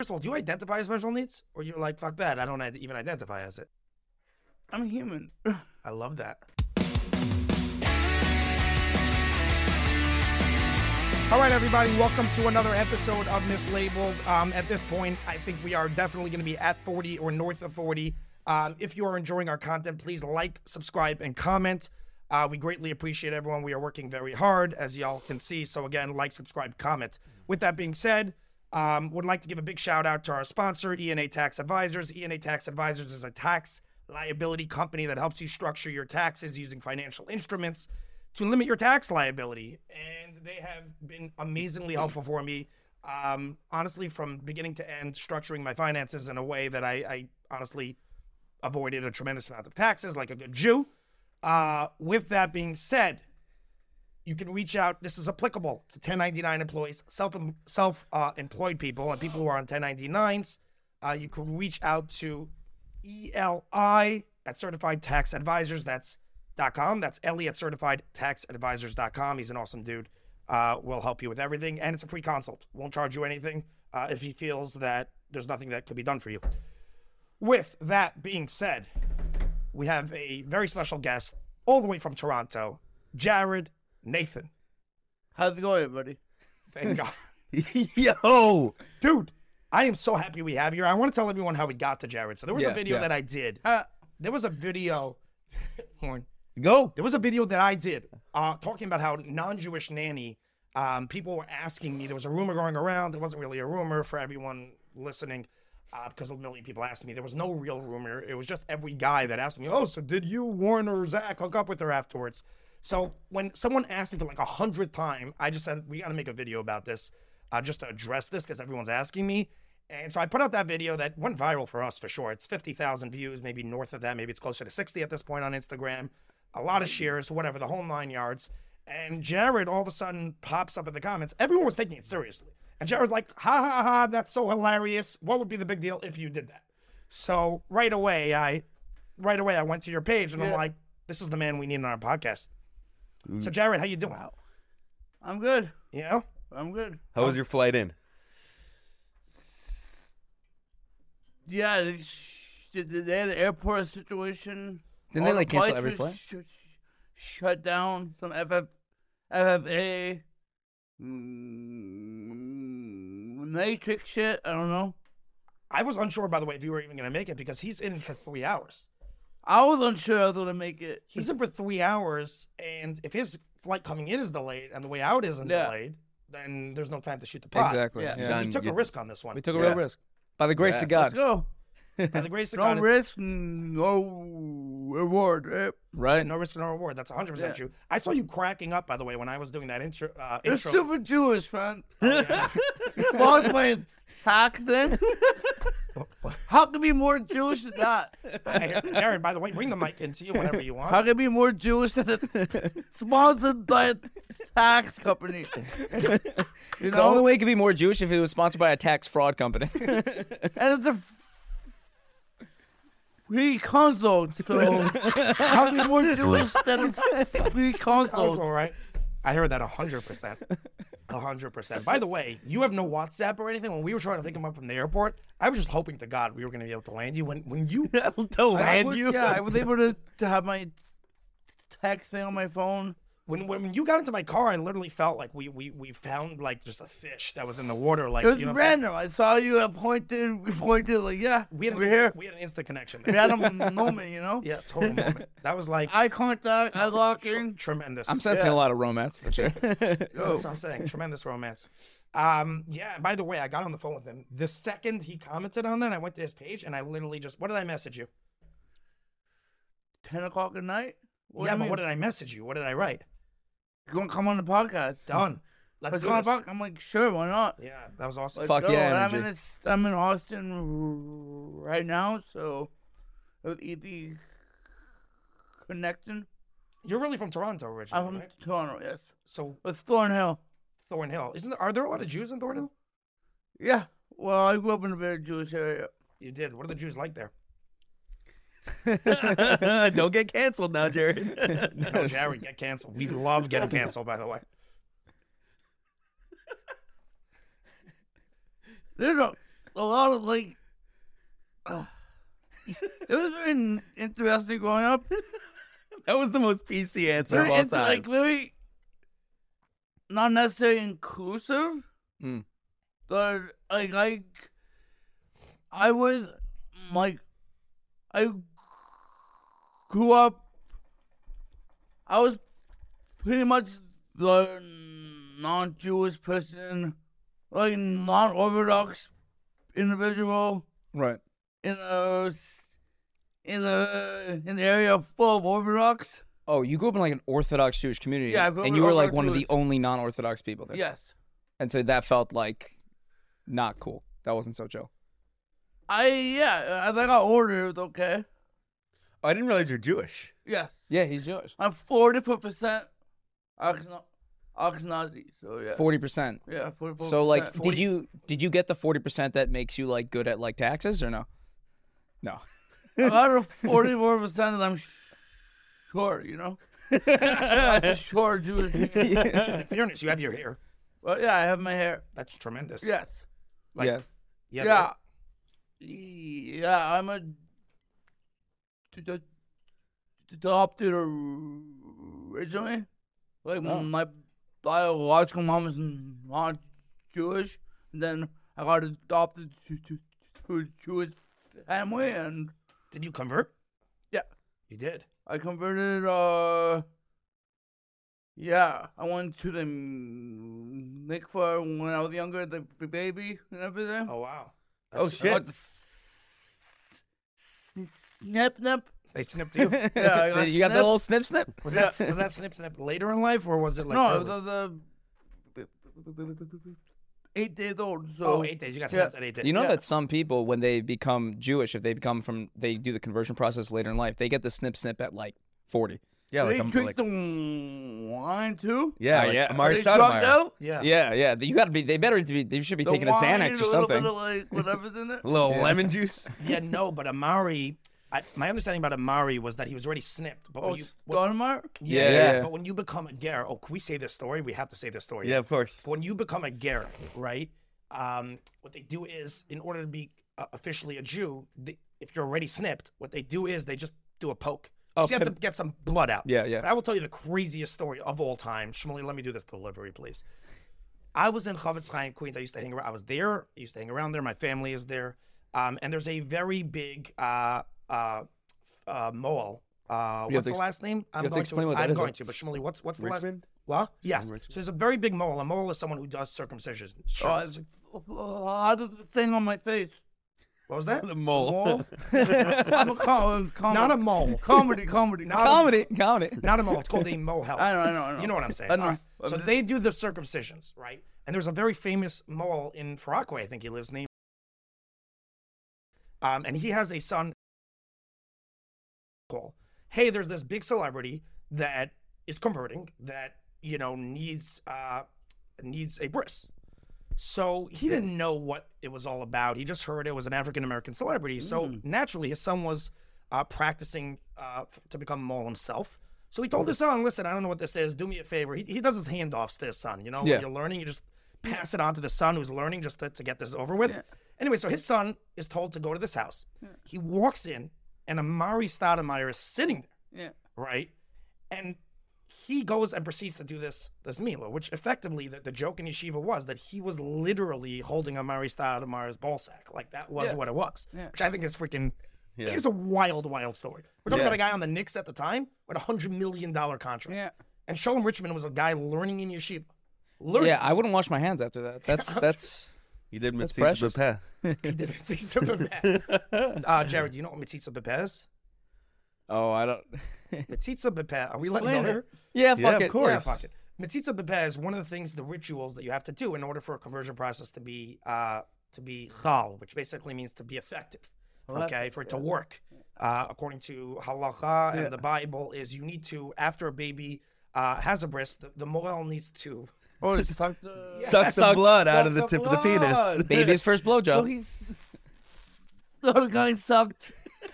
First of all, do you identify as special needs, or you're like fuck that? I don't id- even identify as it. I'm a human. I love that. All right, everybody, welcome to another episode of Mislabeled. Um, at this point, I think we are definitely going to be at 40 or north of 40. Um, if you are enjoying our content, please like, subscribe, and comment. Uh, we greatly appreciate everyone. We are working very hard, as y'all can see. So, again, like, subscribe, comment. With that being said, um, would like to give a big shout out to our sponsor, ENA Tax Advisors. ENA Tax Advisors is a tax liability company that helps you structure your taxes using financial instruments to limit your tax liability. And they have been amazingly helpful for me. Um, honestly, from beginning to end, structuring my finances in a way that I, I honestly avoided a tremendous amount of taxes like a good Jew. Uh, with that being said, you can reach out. This is applicable to 1099 employees, self self uh, employed people, and people who are on 1099s. Uh, you can reach out to ELI at Certified Tax Advisors. That's .com. That's Ellie at Certified Tax Advisors.com. He's an awesome dude. Uh, will help you with everything, and it's a free consult. Won't charge you anything uh, if he feels that there's nothing that could be done for you. With that being said, we have a very special guest all the way from Toronto, Jared Nathan. How's it going, buddy? Thank God. Yo, Dude, I am so happy we have you. I want to tell everyone how we got to Jared. So there was a Yeah, video yeah. that I did. Uh, There was a video. Horn. go. There was a video that I did uh, talking about how non-Jewish nanny um, people were asking me. There was a rumor going around. It wasn't really a rumor for everyone listening uh, because a million people asked me. There was no real rumor. It was just every guy that asked me, "Oh, so did you Warren or Zach hook up with her afterwards?" So when someone asked me for like a hundred time, I just said we got to make a video about this, uh, just to address this because everyone's asking me. And so I put out that video that went viral for us for sure. It's 50,000 views, maybe north of that. Maybe it's closer to 60 at this point on Instagram. A lot of shares, whatever, the whole nine yards. And Jared all of a sudden pops up in the comments. Everyone was taking it seriously. And Jared's like, ha ha ha, that's so hilarious. What would be the big deal if you did that? So right away, I right away I went to your page and I'm Yeah. like, this is the man we need on our podcast. So Jared, how you doing? I'm good. You know? I'm good. How was your flight in? Yeah, they, sh- they they had an airport situation. All Didn't they, the like, cancel flights every were flight? sh- sh- shut down. Some FF, FFA, mm, Matrix shit. I don't know. I was unsure, by the way, if you were even going to make it because he's in for three hours. I was unsure I was gonna make it. He's in for three hours, and if his flight coming in is delayed and the way out isn't Yeah. delayed, then there's no time to shoot the pot. Exactly. Yeah. yeah. So you Done. took a You- risk on this one. We took a Yeah. real risk. By the grace Yeah. of Let's God. go. By the grace of No God, it's- risk, no reward. Right? Right? no risk, no reward. That's 100% Yeah. true. I saw you cracking up, by the way, when I was doing that intro. Uh, You're intro. super Jewish, man. Yeah. Small plane hack then. How can be more Jewish than that? Hey, Jared, by the way, bring the mic into you whenever you How want. can be more Jewish than a sponsored by a tax company? You The only know, way it could be more Jewish if it was sponsored by a tax fraud company. and it's a free consult. So how can be more Jewish than a free consult? All right. I heard that 100%. 100%. By the way, you have no WhatsApp or anything. When we were trying to pick him up from the airport, I was just hoping to God we were going to be able to land you. When when you to land was- you? Yeah, I was able to, to have my tax thing on my phone. when when you got into my car, I literally felt like we we, we found like just a fish that was in the water. Like It was you know, what I'm saying? random. I saw you. I pointed. We pointed. Like, yeah, we had an we're instant- here. We had an instant connection. We There. had a moment. You know. yeah, total moment. That was like Eye contact. Eye tr- locking. Oh, tremendous. I'm sensing a lot of romance for sure. Yo. That's what I'm saying. Tremendous romance. Um, yeah. By the way, I got on the phone with him the second he commented on that. I went to his page and I literally just what did I message you? Ten o'clock at night. What yeah, do but you what did I message you? What did I write? You gonna come on the podcast? Done. Let's Let's do go on this. the podcast. I'm like, sure, why not? Yeah, that was awesome. Let's Fuck go. yeah, And I'm in energy. this, I'm in Austin right now, so it was easy connecting. You're really from Toronto originally, I'm from right? Toronto. Yes, So with Thornhill. Thornhill, isn't there? Are there a lot of Jews in Thornhill? Yeah. Well, I grew up in a very Jewish area. You did. What are the Jews like there? Don't get canceled now, Jared. No, Oh, Jared, get canceled. We love getting canceled, by the way. There's a, a lot like, oh. it was very n- interesting growing up. That was the most PC answer Very of all int- time. Like very not necessarily inclusive, Hmm. Mm. but like like I was like I grew up. I was pretty much the non-Jewish person, like non-Orthodox individual Right. in the in the in the area full of Orthodox. Oh, you grew up in like an Orthodox Jewish community. Yeah, I grew up and in you were like Orthodox one of the Jewish- only non-Orthodox people there. Yes. And so that felt like not cool. That wasn't so chill. I yeah, I think I ordered it, okay. oh, I didn't realize you're Jewish. Yes. Yeah, he's Jewish. I'm forty four percent Oxnazi, so yeah. Forty percent. yeah, uh, forty four So like, did you did you get the forty percent that makes you like good at like taxes or no? No. out of forty four percent I'm sh- short, you know? I'm a short Jewish man. In fairness, you have your hair. But yeah, I have my hair. That's tremendous. Yes. Like, yeah. you have Yeah. Yeah, I'm a d- d- adopted originally. Like Oh. my biological mom is not Jewish, and then I got adopted to, to, to a Jewish family, and Did you convert? Yeah. You did. I converted. Uh, yeah, I went to the mikvah when I was younger, the b- baby and everything. Oh Oh wow. That's- I got shit. the s- s- snip snip. They snipped you. was, Yeah, I got you snip. got the little snip snip. that, was that snip snip later in life or was it like no, early? the, the b- b- b- b- b- b- eight days old. So Oh, eight days. You got Yeah. snipped at eight days. You know Yeah. that some people, when they become Jewish, if they become from, they do the conversion process later in life, they get the snip snip at like 40. Yeah, they like I'm drink like, the wine too. yeah, Oh, like yeah. Are Amari they drugged Stoudemire. out? Yeah. Yeah, yeah. You gotta be, they better be, they should be The taking a wine, Xanax or little something. Bit of, like, whatever's in it. A little lemon juice. Yeah, no, but Amari, I, my understanding about Amari was that he was already snipped. But Oh, when you, when- Stoudemire? Yeah, yeah. But when you become a ger, oh, can we say this story? We have to say this story. Yeah, of course. When you become a ger, right? Um, what they do is, in order to be uh, officially a Jew, they, if you're already snipped, what they do is they just do a poke. You Oh, just have to pim- get some blood out. Yeah, yeah. But I will tell you the craziest story of all time. Shmuley, let me do this delivery, please. I was in Chavetz Chaim, Queens. I used to hang around. I was there. I used to hang around there. My family is there. Um, and there's a very big uh, uh, uh, mole. Uh, what's to the exp- last name? I'm have to going explain what that I'm is, eh? going though. to, but Shmuley, what's what's the last? Richmond? Well, yes. So there's a very big mole. A mole is someone who does circumcision. Sure. Oh, it's a lot of the thing on my face. what was that? The mole. Mole. I'm a com- com- Not a mole. comedy, comedy. Not a- Comedy, comedy. Not a mole. It's called a mohel. I know, I know, I know. You know what I'm saying. I know. All right. So I'm just- they do the circumcisions, right? And there's a very famous mole in Farakwe, I think he lives, named. Um, and he has a son. Call. Hey, there's this big celebrity that is converting that you know needs uh needs a bris. So he didn't know what it was all about. He just heard it was an African American celebrity. So naturally, his son was uh, practicing uh, f- to become a mole himself. So he told his son, "Listen, I don't know what this is. Do me a favor." He, he does his handoffs to his son. You know, Yeah. when you're learning, you just pass it on to the son who's learning just to, to get this over with. Yeah. Anyway, so his son is told to go to this house. He walks in, and Amari Stoudemire is sitting there Yeah. right? And he goes and proceeds to do this this Mila, which effectively the, the joke in Yeshiva was that he was literally holding Amari Stoudemire's ball sack. Like that was Yeah. what it was, Yeah. which I think is freaking. Yeah. It's a wild, wild story. We're talking Yeah. about a guy on the Knicks at the time with a hundred million dollar contract, Yeah. and Sholem Richmond was a guy learning in Yeshiva. Learning. Yeah, I wouldn't wash my hands after that. That's, that's, You did miss precious. Pepin. he did Mitzitza Bepeh. uh, Jared, do you know what Mitzitza Bepeh is? oh, I don't. Mitzitza Bepeh. Are we letting Explain go it. here? yeah, fuck Yeah, it. of Yeah, course. fuck it. Mitzitza b'peh is one of the things, the rituals that you have to do in order for a conversion process to be uh, to be chal, which basically means to be effective. Okay, for it to work, uh, according to halacha and the Bible, is you need to after a baby uh, has a bris, the, the moel needs to. Oh, it sucked the. Suck some blood out of the Suck the tip of the penis. blood. Baby's first So blowjob. he. The other guy sucked.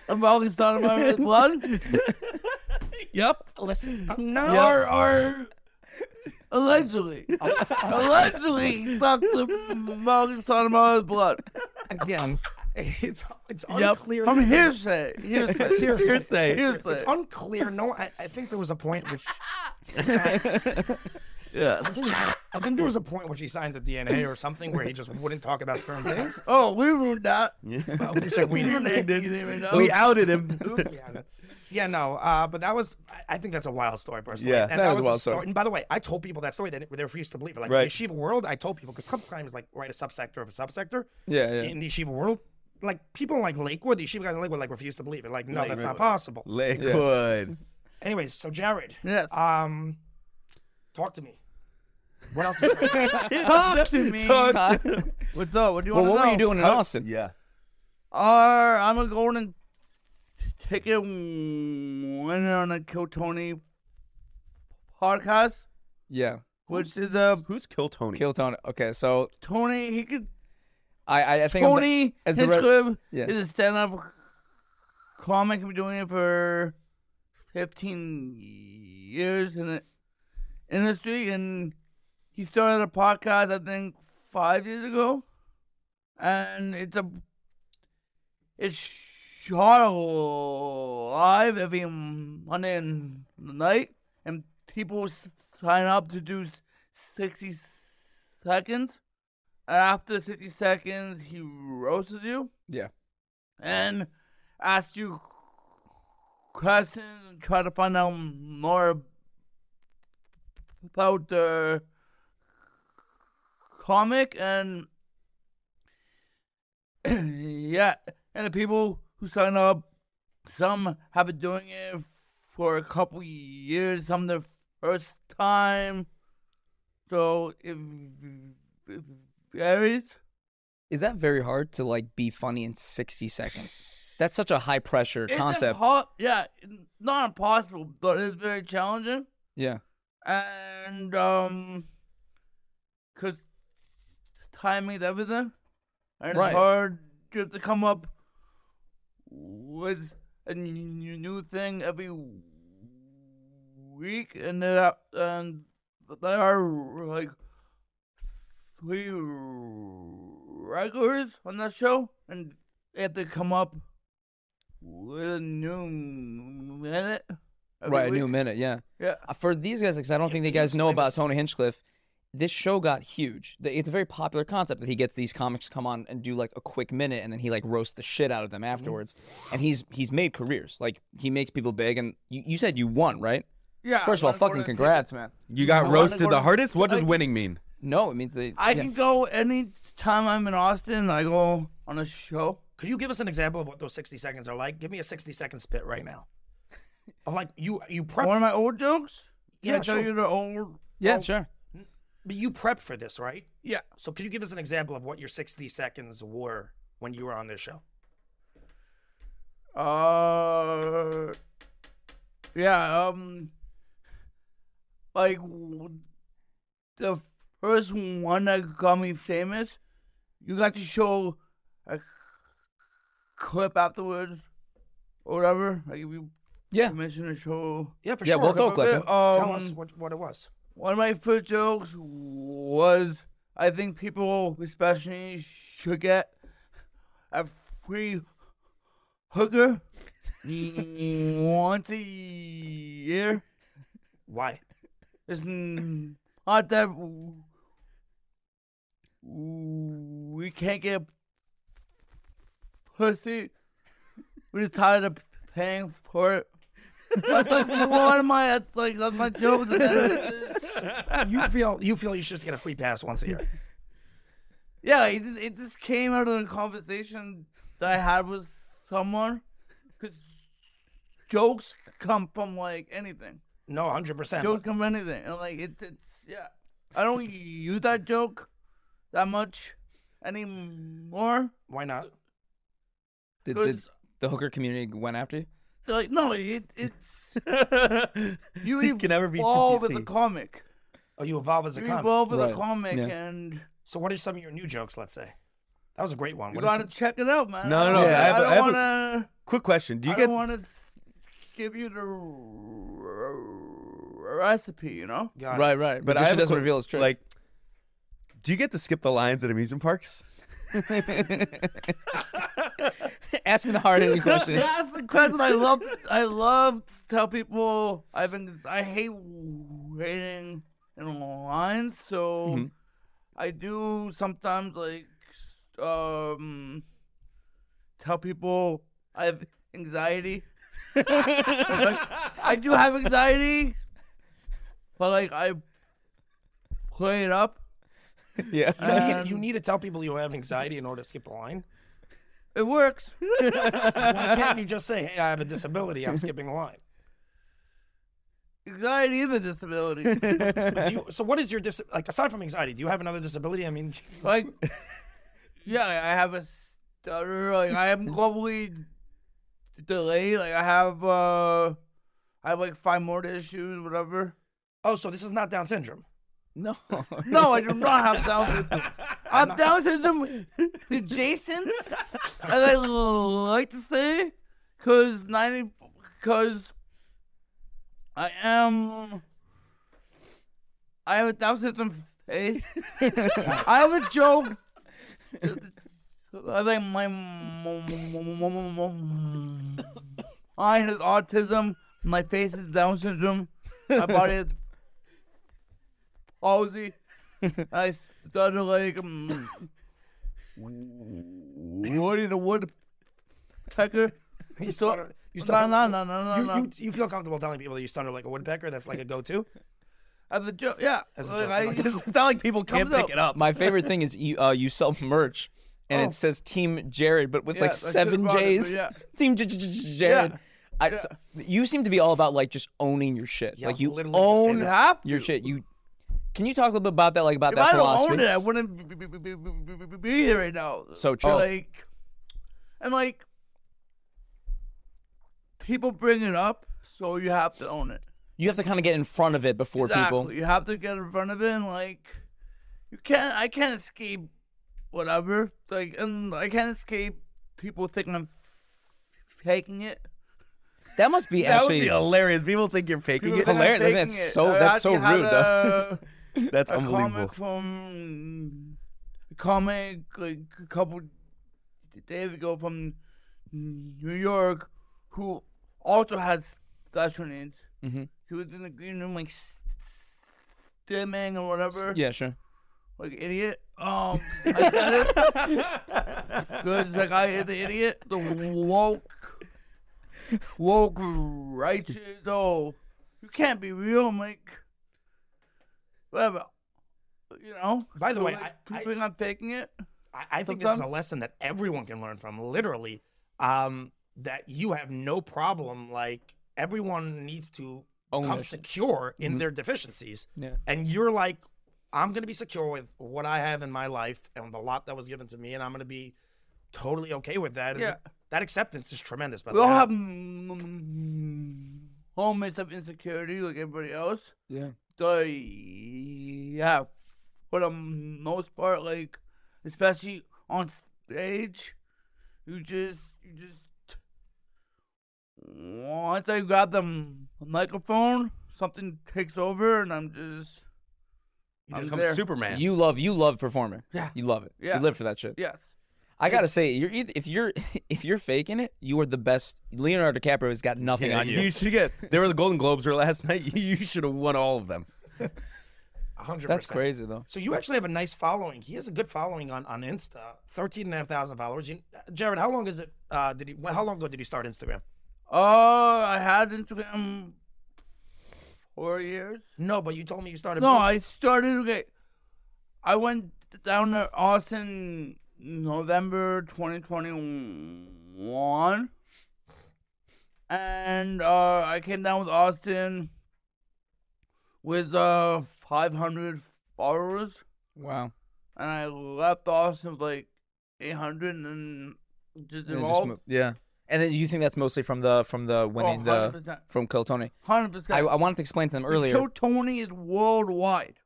I'm always thought about his blood. Yep. Listen, I'm not. Or, or. Allegedly. allegedly sucked the Morgan Sotomayor's blood. Again, It's it's Yep. unclear. From hearsay. Hearsay. It's hearsay. Hearsay. Hearsay. It's unclear. No, I, I think there was a point which yeah. I think there was a point where she signed the DNA or something where he just wouldn't talk about certain things. Oh, we ruined that. Well, we said we You didn't. didn't even know. we outed him. yeah, no. Yeah, no. Uh, but that was, I- I think that's a wild story, personally. Yeah, and that that was a wild story. story. And by the way, I told people that story. They, didn't- they refused to believe it. Like Right. the yeshiva world, I told people because sometimes, like, right, a subsector of a subsector. Yeah, yeah. In the yeshiva world, like people in, like Lakewood, the yeshiva guys in Lakewood, like refuse to believe it. Like, no, that's not possible. Lakewood. Anyways, so Jared, Yes. um, talk to me. What else? Is Talk to me. Huh? What's up? What do you want to well, know? what were you doing in Austin? Yeah. Are I'm a golden ticket winner on the Kill Tony podcast, Yeah. which is a Who's Kill Tony? Kill Tony. Okay, so Tony. He could I I, I think I'm the- Tony as the re- Hinchcliffe Yeah. is a stand-up comic. He's been doing it for 15 years in the industry, and he started a podcast I think five years ago, and it's a it's shot live every Monday and night, and people s- sign up to do s- 60 seconds. After 60 seconds, he roasted you yeah. and asked you questions and try to find out more about the comic and yeah and the people who sign up some have been doing it for a couple years some their first time so it it varies Is that very hard to like be funny in 60 seconds? That's such a high pressure concept. Impo- yeah, it's not impossible, but it's very challenging. Yeah. And um, cause timing is everything, and Right. it's hard to, to come up with a n- n- new thing every week, and there are, and there are like three regulars on that show, and they have to come up with a new minute. every Right, a new week. minute, yeah. Yeah. Uh, For these guys, because I don't think the guys know about Tony Hinchcliffe, this show got huge. The- It's a very popular concept that he gets these comics to come on and do like a quick minute, and then he like roasts the shit out of them afterwards. And he's he's made careers. Like he makes people big. And you, you said you won, right? Yeah. First of all, one quarter fucking of the congrats, man. You got Well, roasted according- the hardest? What does I- winning mean? No, it means they. ticket. I yeah. can go any time I'm in Austin. I go on a show. Could you give us an example of what those 60 seconds are like? Give me a 60 second spit right now. Of like you you prep One of my old jokes. Can Yeah, I tell sure. you the old. Yeah, sure. but you prepped for this, right? Yeah. So could you give us an example of what your 60 seconds were when you were on this show? Uh. Yeah. Um. Like w- the first one that got me famous, you got to show a clip afterwards, or whatever. Like if you Yeah. mention a show. Yeah, for Yeah, sure. we'll throw a But clip. But, yeah. Tell um, us what, what it was. One of my first jokes was I think people, especially, should get a free hooker once a year. Why? It's n- not that w- we can't get pussy. We're just tired of paying for it. That's like one of my that's like that's my joke. You feel you feel you should just get a free pass once a year. Yeah, it just, it just came out of a conversation that I had with someone. Cause jokes come from like anything. No, hundred percent. Jokes come from anything, and like it, it's yeah. I don't use that joke that much anymore. Why not? Did, So did it's- the hooker community went after you? Like no, it it's you It can never be evolve with the TPC. comic. Oh, you evolve as a You comic. evolve with Right, the comic, yeah. and So what are some of your new jokes? Let's say that was a great one. you What are gotta check it out, man. No, I no, don't- no, I I, have a- don't I have a- wanna. Quick question. Do you I get don't want to give you the r- recipe, you some- know? Got it. Right, right. but Just I so have a doesn't que- reveal his tricks. Like do you get to skip the lines at amusement parks? Ask me the hard hitting questions. That's the question I love. I love to tell people. I've been. I hate waiting in line, so Mm-hmm. Mhm. I do sometimes like um tell people I have anxiety. I do have anxiety, but like I play it up. yeah. You need- Um, you need to tell people you have anxiety in order to skip the line. It works. Why can't you just say, "Hey, I have a disability. I'm skipping the line"? Anxiety is a disability. Do you, so, what is your dis- like aside from anxiety? Do you have another disability? I mean, like yeah i have a stutter like i am globally delayed like i have uh i have like five more issues whatever oh, so this is not Down syndrome. No. no i do not have down syndrome i have down syndrome adjacent as i like to say because 90 because i am i have a down syndrome face I have a joke. I think my mine has autism. My face is Down syndrome. My body is palsy. I stutter like um, Woody the Woodpecker. You stutter. You No, stutter. no, no, no, no, you, no. you, you feel comfortable telling people that you stutter like a woodpecker? That's like a go-to. As a joke, yeah. As a like, joke, I, like- just- It's not like people can't Comes pick up. it up. My favorite thing is you uh, you sell merch and Oh. it says Team Jared, but with Yeah, I like should've seven brought it, but J's. yeah. Team J- J- J- Jared. Yeah. I, so- you seem to be all about like just owning your shit. Yeah, like you literally just saying own that. Have to. your shit. You can you talk a little bit about that? Like about if that I philosophy? don't own it, I wouldn't be, be- be- be- be- be- be- be here right now. So true. Like, and like, people bring it up, so you have to own it. You have to kind of get in front of it before people. Exactly. You have to get in front of it, and like, you can't. I can't escape whatever. Like, and I can't escape people thinking I'm faking it. That must be That would actually be hilarious. People think you're faking People it. think I'm hilarious. I think faking that's it. so- I that's so actually had rude, though. a- That's a unbelievable. comic from a comic like a couple days ago from New York who also has special needs. Mhm. He was in the green room like stimming or whatever. Yeah, sure. Like idiot. Um I said it. Good like I is the idiot. The woke woke righteous oh you can't be real, I'm like whatever. You know? By the So, way, like, I- I- people think I'm faking it. I, I think this is a Sometimes- lesson that everyone can learn from. Literally, um, that you have no problem. Like everyone needs to Own come their shit. secure in their deficiencies. Yeah. And you're like, I'm gonna be secure with what I have in my life and the lot that was given to me, and I'm gonna be totally okay with that. And Yeah. That acceptance is tremendous. By We the all way, have moments of insecurity like everybody else. Yeah. So yeah, for the most part, like especially on stage, you just you just once I grab the m- microphone, something takes over, and I'm just you I'm just- Become there. Superman. You love you love performing. Yeah. You love it. Yeah. You live for that shit. yes. I gotta say, you're either, if you're if you're faking it, you are the best. Leonardo DiCaprio has got nothing Yeah, on you. you should get. There were the Golden Globes were last night. You should have won all of them. 100%. That's crazy though. So you actually have a nice following. He has a good following on, on Insta, 13,500 followers. You, Jared, how long is it? Uh, did he? well, How long ago did you start Instagram? Oh, I had Instagram four years. No, but you told me you started. No, blog- I started. Okay, I went down to Austin November 2021, and uh, I came down with Austin with uh 500 followers, Wow. and I left Austin with like 800, and then just And it just enrolled. mo- yeah. And then you think that's mostly from the from Oh, the winning the 100%. from Kill Tony. 100%. I, I wanted to explain to them earlier. Joe Tony is worldwide.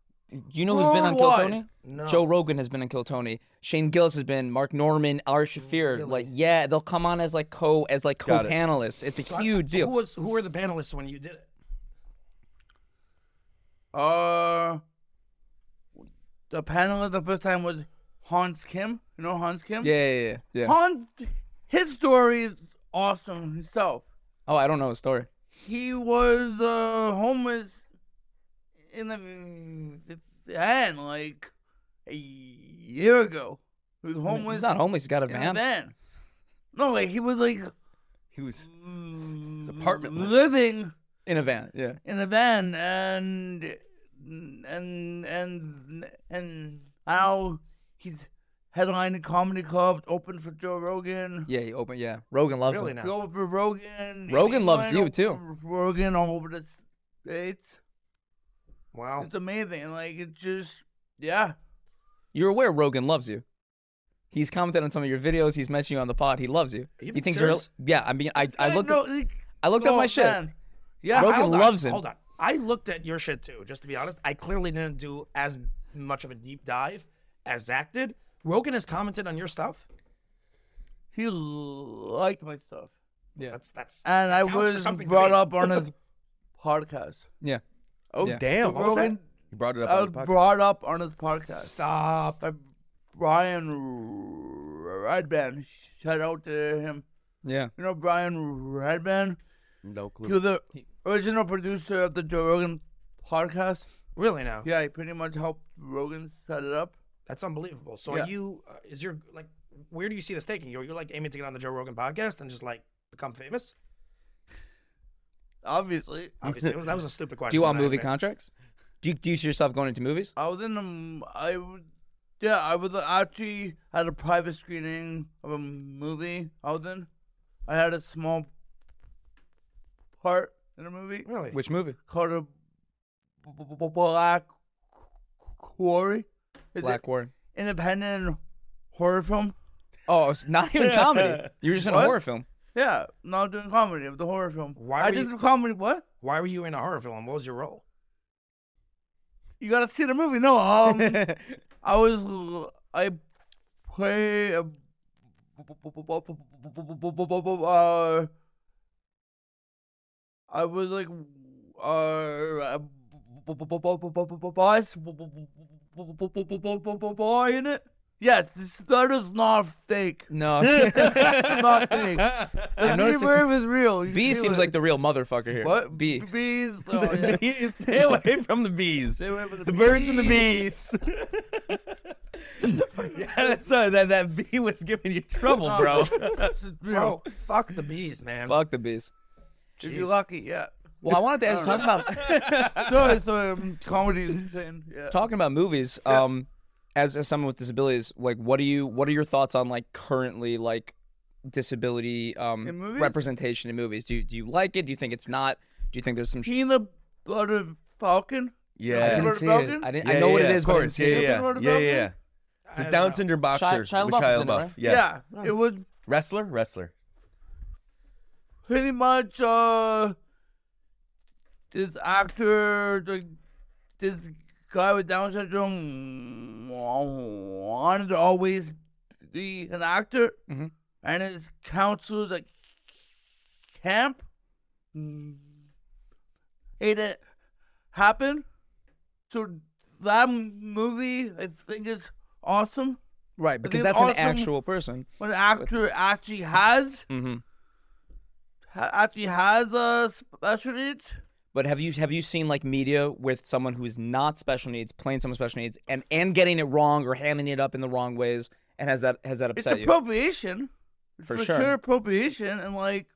you know who's been on Kill Worldwide. Tony? no. Joe Rogan has been on Kill Tony. Shane Gillis has been. Mark Norman, Ari Shafir. Like yeah, they'll come on as like co as like co Got it. panelists. It's a huge Who deal. was who were the panelists when you did it? Uh, the panel of the first time was Hans Kim. You know Hans Kim? Yeah, yeah, yeah. yeah. Hans His story is awesome himself. Oh, I don't know his story. He was uh, homeless in the van like a year ago. He was homeless. He's not homeless. He's got a in a van. van. No, like he was like He was apartmentless. living In a van. Yeah. in a van and and and and now he's headlining comedy clubs, open for Joe Rogan. Yeah. He opened. Yeah. Rogan loves Really him. now. Go open for Rogan. Rogan He's loves going you, open too. for Rogan all over the states. Wow. It's amazing. Like it's just yeah. You're aware Rogan loves you. He's commented on some of your videos. He's mentioned you on the pod. He loves you. you he being thinks you're. serious? Yeah. I mean, I I Yeah, looked no, up, like, I looked up no my shit. offense. Yeah, Rogan Hold on, loves him. Hold on. I looked at your shit too, just to be honest. I clearly didn't do as much of a deep dive as Zach did. Rogan has commented on your stuff. he liked my stuff, That's that's and I Counts for was something to brought me. up on his podcast. Yeah. Oh Yeah. damn! What was that? Rogan, You brought it up I on was the podcast. brought up on his podcast. stop. by Brian Redman. Shout out to him. Yeah. You know Brian Redman? No He clue. was the original producer of the Joe Rogan podcast. Really now? Yeah, he pretty much helped Rogan set it up. That's unbelievable. So Yeah. are you? Uh, is your like? Where do you see this taking you? You're like aiming to get on the Joe Rogan podcast and just like become famous. Obviously, Obviously, that was a stupid question. Do you want that I movie made. contracts? Do you, do you see yourself going into movies? I was in the. m- I was- yeah, I was actually at a private screening of a movie. I was in. I had a small part in a movie Really? Which movie? called a b- b- b- Black Quarry. Is it- Black Warren. independent horror film. Oh, it's not even comedy. You're just in a What? horror film. Yeah, not doing comedy. It was a horror film. Why I were did you- some comedy. What? Why were you in a horror film? What was your role? You gotta see the movie. No, um, I was l- I play a b- b- b- b- b- b- b- b- b- b- b- b- uh, I was like uh a b- b- b- b- b- b- b- b- boss b- b- b- b- b- b- b- b- b- boy in it. Yes, this- that is not fake. no. That's not fake. The noticing- reverb is real. You B feel seems it. like the real motherfucker here. What? B. Bees. Oh, yeah. Stay away from the bees. Stay away from the the birds and the bees. yeah, that's uh, that that bee was giving you trouble, bro. It's just real. Bro, fuck the bees, man. Fuck the bees. If you're lucky, yeah. Well, I wanted to ask talking about So, so um, comedy is insane. Yeah. talking about movies. Um, as as someone with disabilities, like, what do you what are your thoughts on like currently like disability In um movies? representation in movies? Do you do you like it? Do you think it's not? Do you think there's some? Sh- Peanut butter falcon. I Yeah. didn't Gilbert see Belkin? it. I didn't. Yeah, I know yeah, what yeah, it is, Of but I didn't course. see Yeah, it. Gilbert yeah, Gordon yeah, yeah, Belkin? yeah. It's I a don't Down know. syndrome boxer Shia with LaBeouf's Shia in it, LaBeouf. right? Yeah. It was Wrestler, wrestler. pretty much uh this actor, the, this guy with Down syndrome, wanted to always be an actor, Mhm. and his counselors at camp made it happen. So that movie, I think, is awesome. Right, because think that's awesome- an actual person. When an actor actually has hmm ha- actually has a special needs. But have you have you seen like media with someone who's not special needs playing someone with special needs and and getting it wrong or handing it up in the wrong ways? And has that has that It's upset you? appropriation. It's For for sure. sure appropriation and like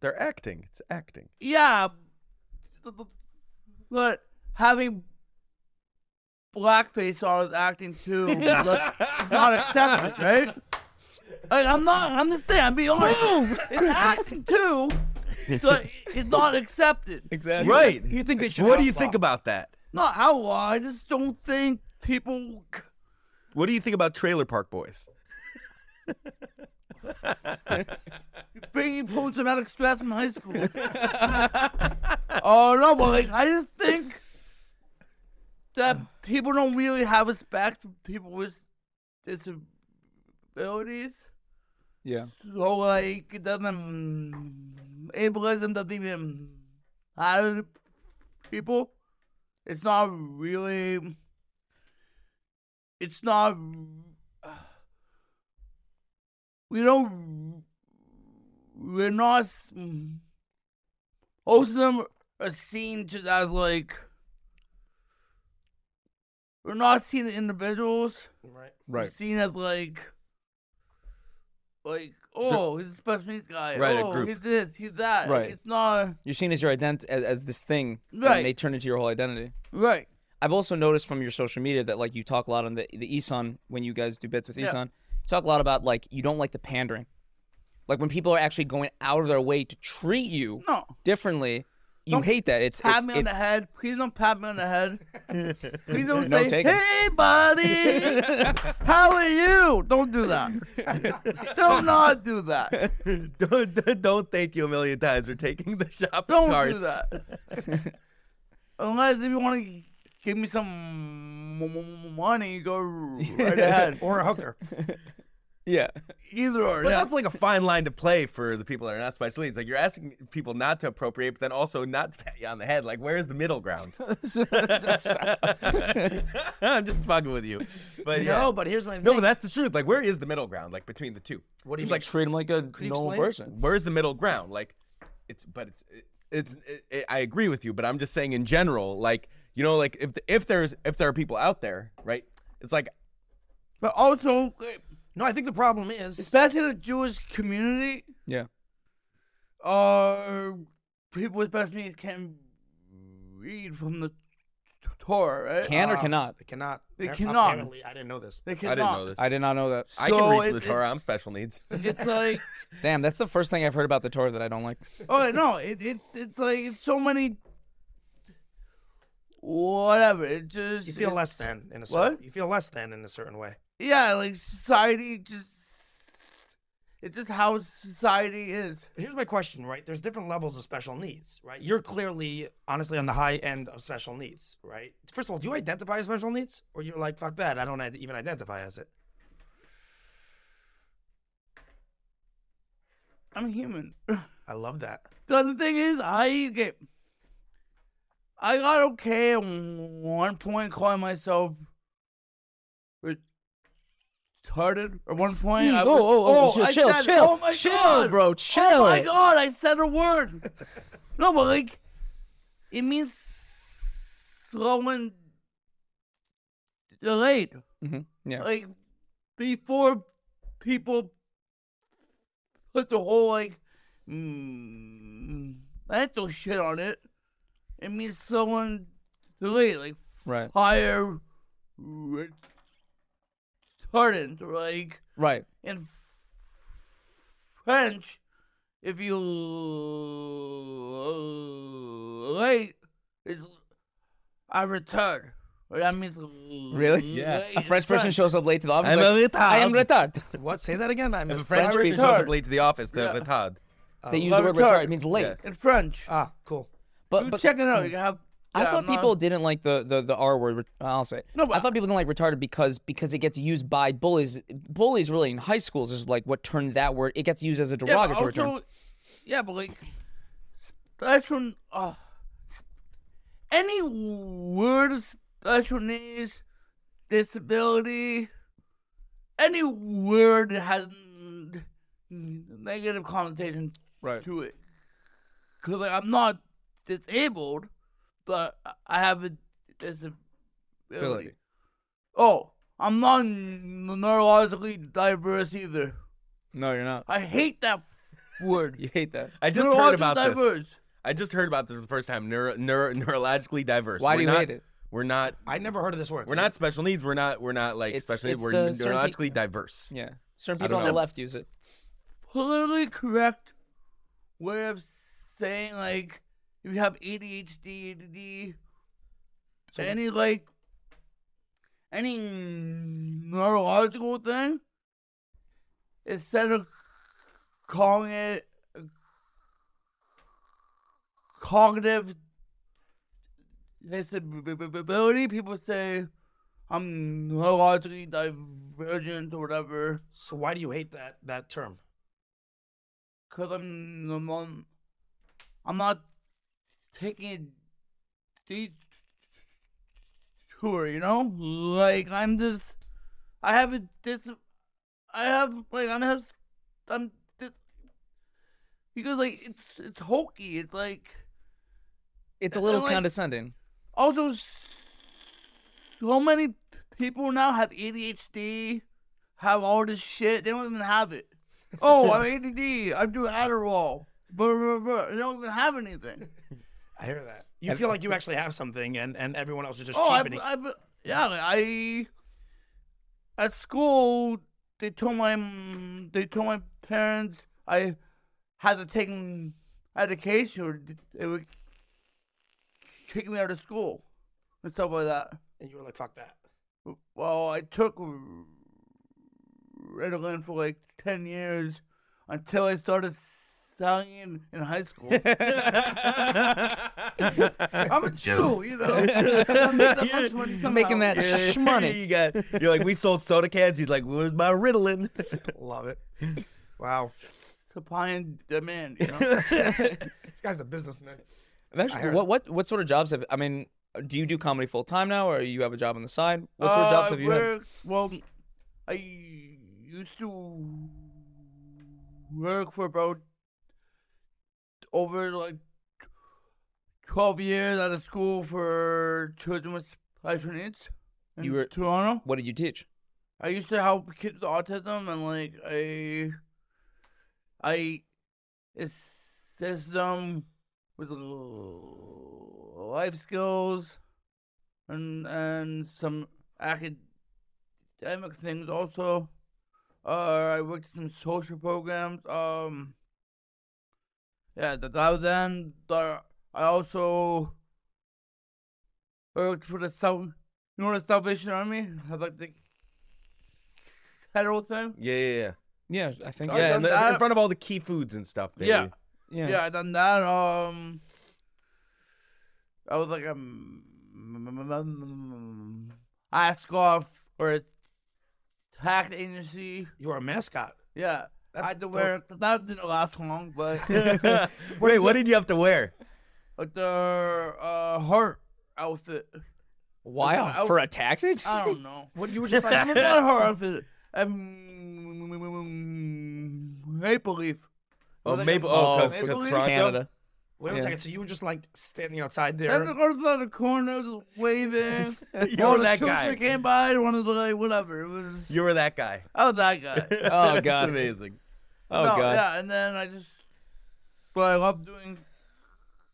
They're acting. It's acting. yeah b- b- but having blackface on is acting too is not accepted, right? Like, I'm not I'm just saying, I'm being honest. It's acting too. So it's not accepted. Exactly. Right. You think they should What do you outlaw think it? about that? Not outlaw, I just don't think people c- What do you think about Trailer Park Boys? bringing post-traumatic stress from high school. oh no, but like I just think that people don't really have respect for people with disabilities. Yeah. So like it doesn't ableism doesn't even matter to people. It's not really. It's not. we don't we're not s- mm, most of them are seen just as like we're not seen as individuals Right. we're Right. seen as like like oh he's a special needs guy Right, a oh group. he's this he's that Right. it's not You're seen as your ident as, as this thing, Right. and they turn into your whole identity. right I've also noticed from your social media that like you talk a lot on the the Isan when you guys do bits with Yeah. Isan. You talk a lot about like you don't like the pandering, like when people are actually going out of their way to treat you no differently. You Don't hate that. It's pat it's, me on it's the head please don't pat me on the head please don't No say taken. hey buddy how are you don't do that do not do that don't, don't- don't thank you a million times for taking the shopping Don't carts. do that. Unless if you want to give me some m- m- money, go right ahead. Or a hooker. yeah. Either or. But yeah. that's like a fine line to play for the people that are not special needs. Like you're asking people not to appropriate, but then also not to pat you on the head. Like where's the middle ground? I'm just fucking with you. But yeah. No, but here's my thing. No, but that's the truth. Like where is the middle ground? Like between the two. what do you He's mean? like treat him like a you normal explain? person. Where's the middle ground? Like it's but it's it's it, it, I agree with you, but I'm just saying in general, like you know, like if if there's if there are people out there, right? It's like but also, no, I think the problem is especially the Jewish community, Yeah. uh, people with special needs can read from the Torah, right? Can or Ah, cannot. They cannot. They Ap- cannot. Apparently, I didn't know this. they I cannot. didn't know this. I did not know that. I can So read from the it- Torah. I'm special needs. It's like, Damn, that's the first thing I've heard about the Torah that I don't like. oh no, it, it it's like it's so many. Whatever. It just You feel it- less than in a certain. What? You feel less than in a certain way. Yeah, like society just it's just how society is. Here's my question, right? There's different levels of special needs, right? You're clearly, honestly, on the high end of special needs, right? First of all, do you identify as special needs, or you're like, fuck that, I don't id- even identify as it? I'm human. I love that. The other thing is I get I got okay at one point calling myself retarded. At one point I oh, was- I said- oh my God. Oh my god, I said a word. no, but like, it means slowing delayed. hmm Yeah. Like, before people put the whole, like, mm, mental shit on it, it means slowing delayed. Like, Right. higher retardant, or like, Right. in French, if you late, it's I return. That means Really? Yeah. late A in French person shows up late to the office. I'm like, a retard. I am retard. What? Say that again. I If a missed French that. person shows up late to the office, they're Yeah. retard. They use Well, the word retard. retard. It means late. Yes. in French. Ah, cool. But, You Uh, but check it out. You can have. I yeah, thought I'm not- people didn't like the, the, the R word. re- I'll say. No, but I thought people didn't like retarded because because it gets used by bullies. Bullies really in high schools is like what turned that word. It gets used as a yeah, but derogatory term. also- Yeah, but like special. Uh, any word of special needs, disability, any word that has n- negative connotation Right. to it. Cause like I'm not disabled, but I- I have a disability. Ability. Oh, I'm not n- neurologically diverse either. No, you're not. I hate that word. You hate that. I just Neurologically heard about diverse. this. I just heard about this for the first time. Neuro, neuro, neurologically diverse. Why we're do you not, hate it? We're not. I never heard of this word. We're not special needs. We're not. We're not like It's- special needs. it's We're the certain neurologically people- diverse. Yeah. Certain I people don't on the know. left use it. Politically correct way of saying like if you have ADHD, ADD, So- any like any neurological thing, instead of calling it cognitive disability, people say I'm neurologically divergent or whatever. So why do you hate that that term? Cause I'm I'm not, I'm not taking a detour, you know. Like I'm just, I have a dis, I have like I have I'm th- because like it's it's hokey. It's like It's a little like- condescending. also s- so many people now have ADHD, have all this shit. They don't even have it. Oh, I'm ADD. I do Adderall. Blah, blah, blah. They don't even have anything. I hear that. You feel like you actually have something, and and everyone else is just Oh, I, cheapening. I, yeah, like, I at school they told my mm, they told my parents I had to take mm, medication or th- they would kick me out of school and stuff like that. and you were like, "Fuck that." Well, I took Ritalin for like ten years until I started selling in, in high school. I'm a Jew, you know. I make that much money somehow. Making that shmoney. you got, you're like, we sold soda cans. He's like, where's my Ritalin? Love it. Wow, supply and demand. You know? this guy's a businessman. I'm actually, heard- what what what sort of jobs have I mean? Do you do comedy full time now, or you have a job on the side? What sort of jobs Uh, have you had? work- Well, I used to work for about over like twelve years out of school for children with special needs. In You were- Toronto. What did you teach? I used to help kids with autism and like I I assist them with l- life skills and and some academic things also. Uh, I worked some social programs. Um, yeah, that, that was then. The, I also worked for the South, you know, the Salvation Army. I like the federal thing. Yeah, yeah, yeah. Yeah, I think. I've Yeah, done and the, uh, in that. front of all the key foods and stuff. That Yeah. you- yeah. Yeah, I done that. Um, I was like a m- ask off or a tax agency. You were a mascot. Yeah, That's I had to dope. wear that didn't last long, but Wait, what did you have to wear? like the uh, heart outfit. Wow, I- for a tax agency? I don't know. What you were just I like. forgot heart outfit. Um, maple leaf. Oh, Well, they maple. got- Oh, Oh, cause, 'cause for Maple Toronto. Canada. Wait a Yeah. second. So you were just like standing outside I had to there. go to the other corner, just waving. You All were the that guy. children came by, I wanted to like whatever. It was You were that guy. I was that guy. Oh That's god. amazing. Oh No, god. Yeah, and then I just, but I love doing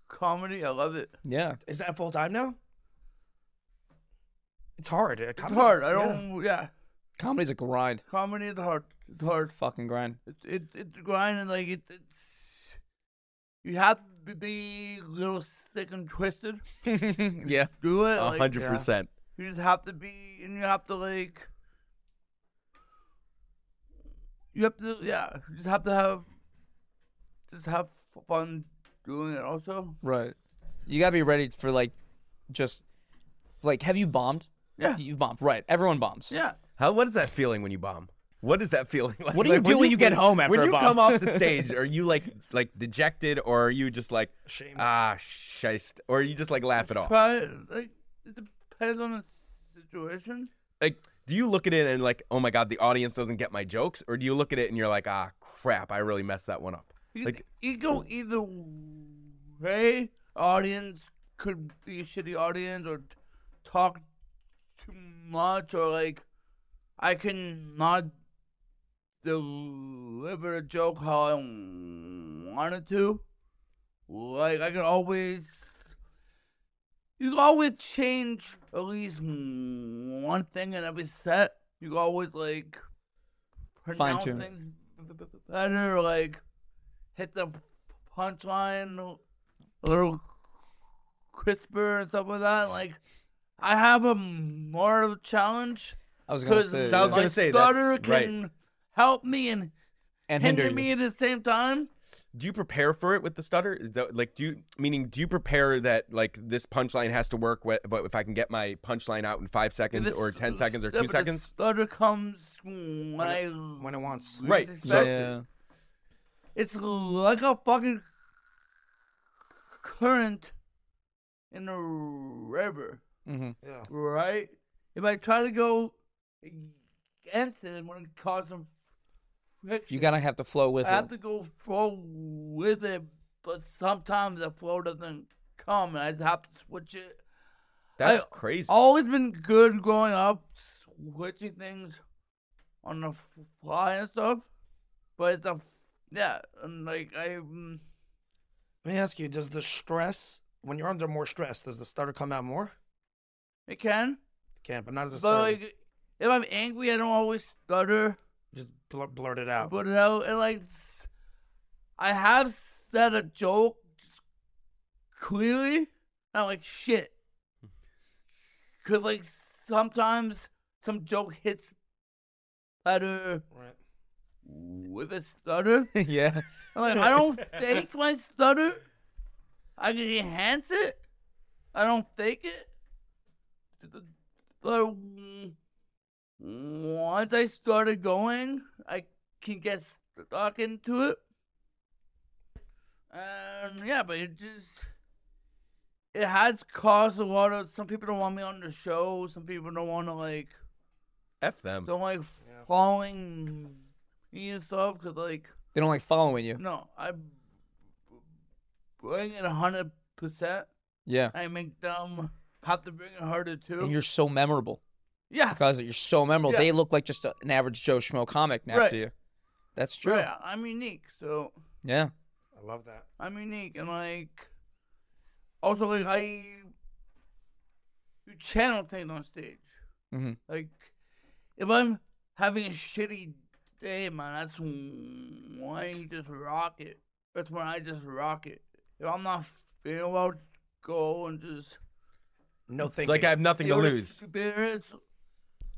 comedy. I love it. Yeah. Is that full time now? It's hard. It's hard. I don't. Yeah, Comedy's a grind. comedy is hard. It's hard. Fucking grind. It's it's it's grinding. Like it, it's you have to be a little sick and twisted. yeah. Do it. A like, hundred percent. You just have to be, and you have to like. You have to, yeah. You just have to have, just have fun doing it. Also, Right. You gotta be ready for like, just, like, have you bombed? Yeah. You've bombed. Right. Everyone bombs. yeah. How? What is that feeling when you bomb? What is that feeling like? What do you Like, do when you get home after When a you bomb? come off the stage, are you like like dejected, or are you just like Ashamed. ah shist, or you just like laugh it off? Probably, like, it depends on the situation. Like, do you look at it and like, oh my god, the audience doesn't get my jokes, or do you look at it and you're like, ah crap, I really messed that one up? You, Like- you go either way. Audience could be a shitty audience or talk too much, or like I can not deliver a joke how I wanted to. Like I can always, you can always change at least one thing in every set. You can always like pronounce Fine-tune it. things b- b- b- better, or, like hit the punchline a little crisper and stuff like that. Like I have a more of a challenge I was gonna because say. So I was yeah. gonna my say, that's stutter right. can help me and and hinder, hinder you. me at the same time. do you prepare for it with the stutter? Is that- like, do you meaning do you prepare that like this punchline has to work? wh- But if I can get my punchline out in five seconds This- or ten seconds or uh, yeah, two but the segunds, Stutter comes when I When it wants. least Right, expect so- it. Yeah. It's like a fucking current in a river, Mm-hmm. Yeah. right? If I try to go against it, I'm gonna cause some friction. You gotta have to flow with I have it. to go flow with it, but sometimes the flow doesn't come, and I just have to switch it. That's I- crazy. Always been good growing up, switching things on the fly and stuff. But it's a yeah, and like I mm, Let me ask you: Does the stress, when you're under more stress, does the stutter come out more? it can, Can't, but not but necessarily. like if I'm angry, I don't always stutter. Just blur, blurt it out. But no, and like, s- I have said a joke clearly. And I'm like, shit. Cause like sometimes some joke hits better Right. with a stutter. yeah. I'm like, I don't fake my stutter. I can enhance it. I don't fake it. But mm, once I started going, I can get stuck into it. And yeah, but it just it has caused a lot of some people don't want me on the show, some people don't wanna like F them. don't like Yeah. following me and stuff because like They don't like following you. no, I bring it hundred percent. Yeah. I make them have to bring it harder too. And you're so memorable yeah, because you're so memorable. Yeah. They look like just a- an average Joe Schmo comic next Right. to you. That's true. right. I'm unique, so Yeah. I love that. I'm unique, and like also like I you channel things on stage. Mhm. Like if I'm having a shitty day, man, that's when you just rock it. That's when I just rock it. If I'm not feeling well, go and just. No It's thinking. like I have nothing to Or the lose. Spirits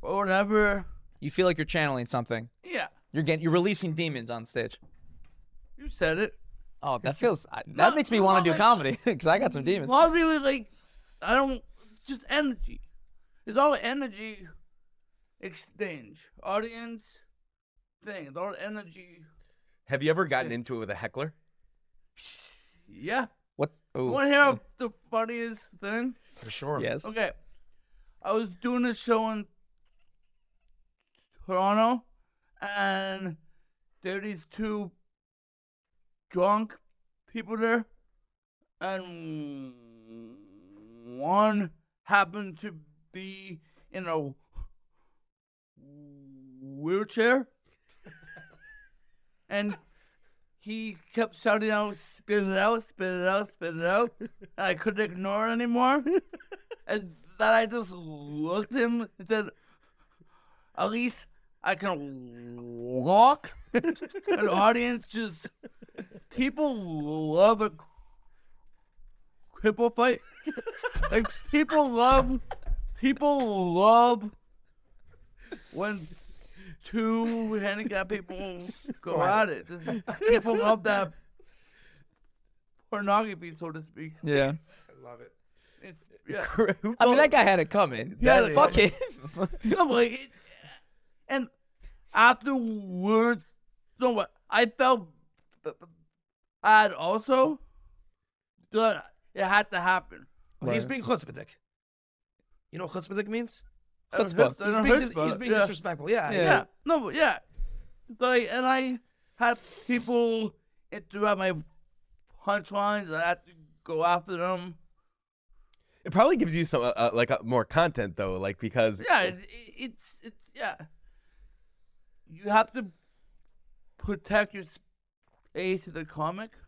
or whatever. You feel like you're channeling something. Yeah, You're getting you're releasing demons on stage. you said it. Oh, that feels I, that No, makes me want to do like- comedy because I got some demons. Well, really, like, I don't. Just energy. It's all energy exchange. Audience thing. It's all energy. Have you ever gotten into it with a heckler? Yeah. What's ooh, Want to hear the funniest thing? for sure. yes? Okay. I was doing a show in Toronto, and there are these two drunk people there, and one happened to be in a wheelchair, and he kept shouting out, spit it out, spit it out, spit it out. and I couldn't ignore it anymore. and then I just looked at him and said, At least I can walk. An audience just. People love a cripple fight. like, people love. People love when two handicapped people go at it. Just- people love that pornography, so to speak. Yeah. I love it. It's, yeah. I mean that guy had it coming. Yeah, Yeah, fuck it. I'm like, it- and afterwards, so what? I felt bad also. But it had to happen. Well, He's Right. being chutzpahdik. You know what chutzpahdik means? I don't Chutzpah. hurt- I He's don't being, hurt dis- about he's it. being yeah. disrespectful. Yeah. Yeah. Yeah. no, but yeah. Like, and I had people it throughout my punchlines. I had to go after them. It probably gives you some uh, uh, like uh, more content though, like because Yeah, it, it- it's it's yeah. You have to protect your space as a comic.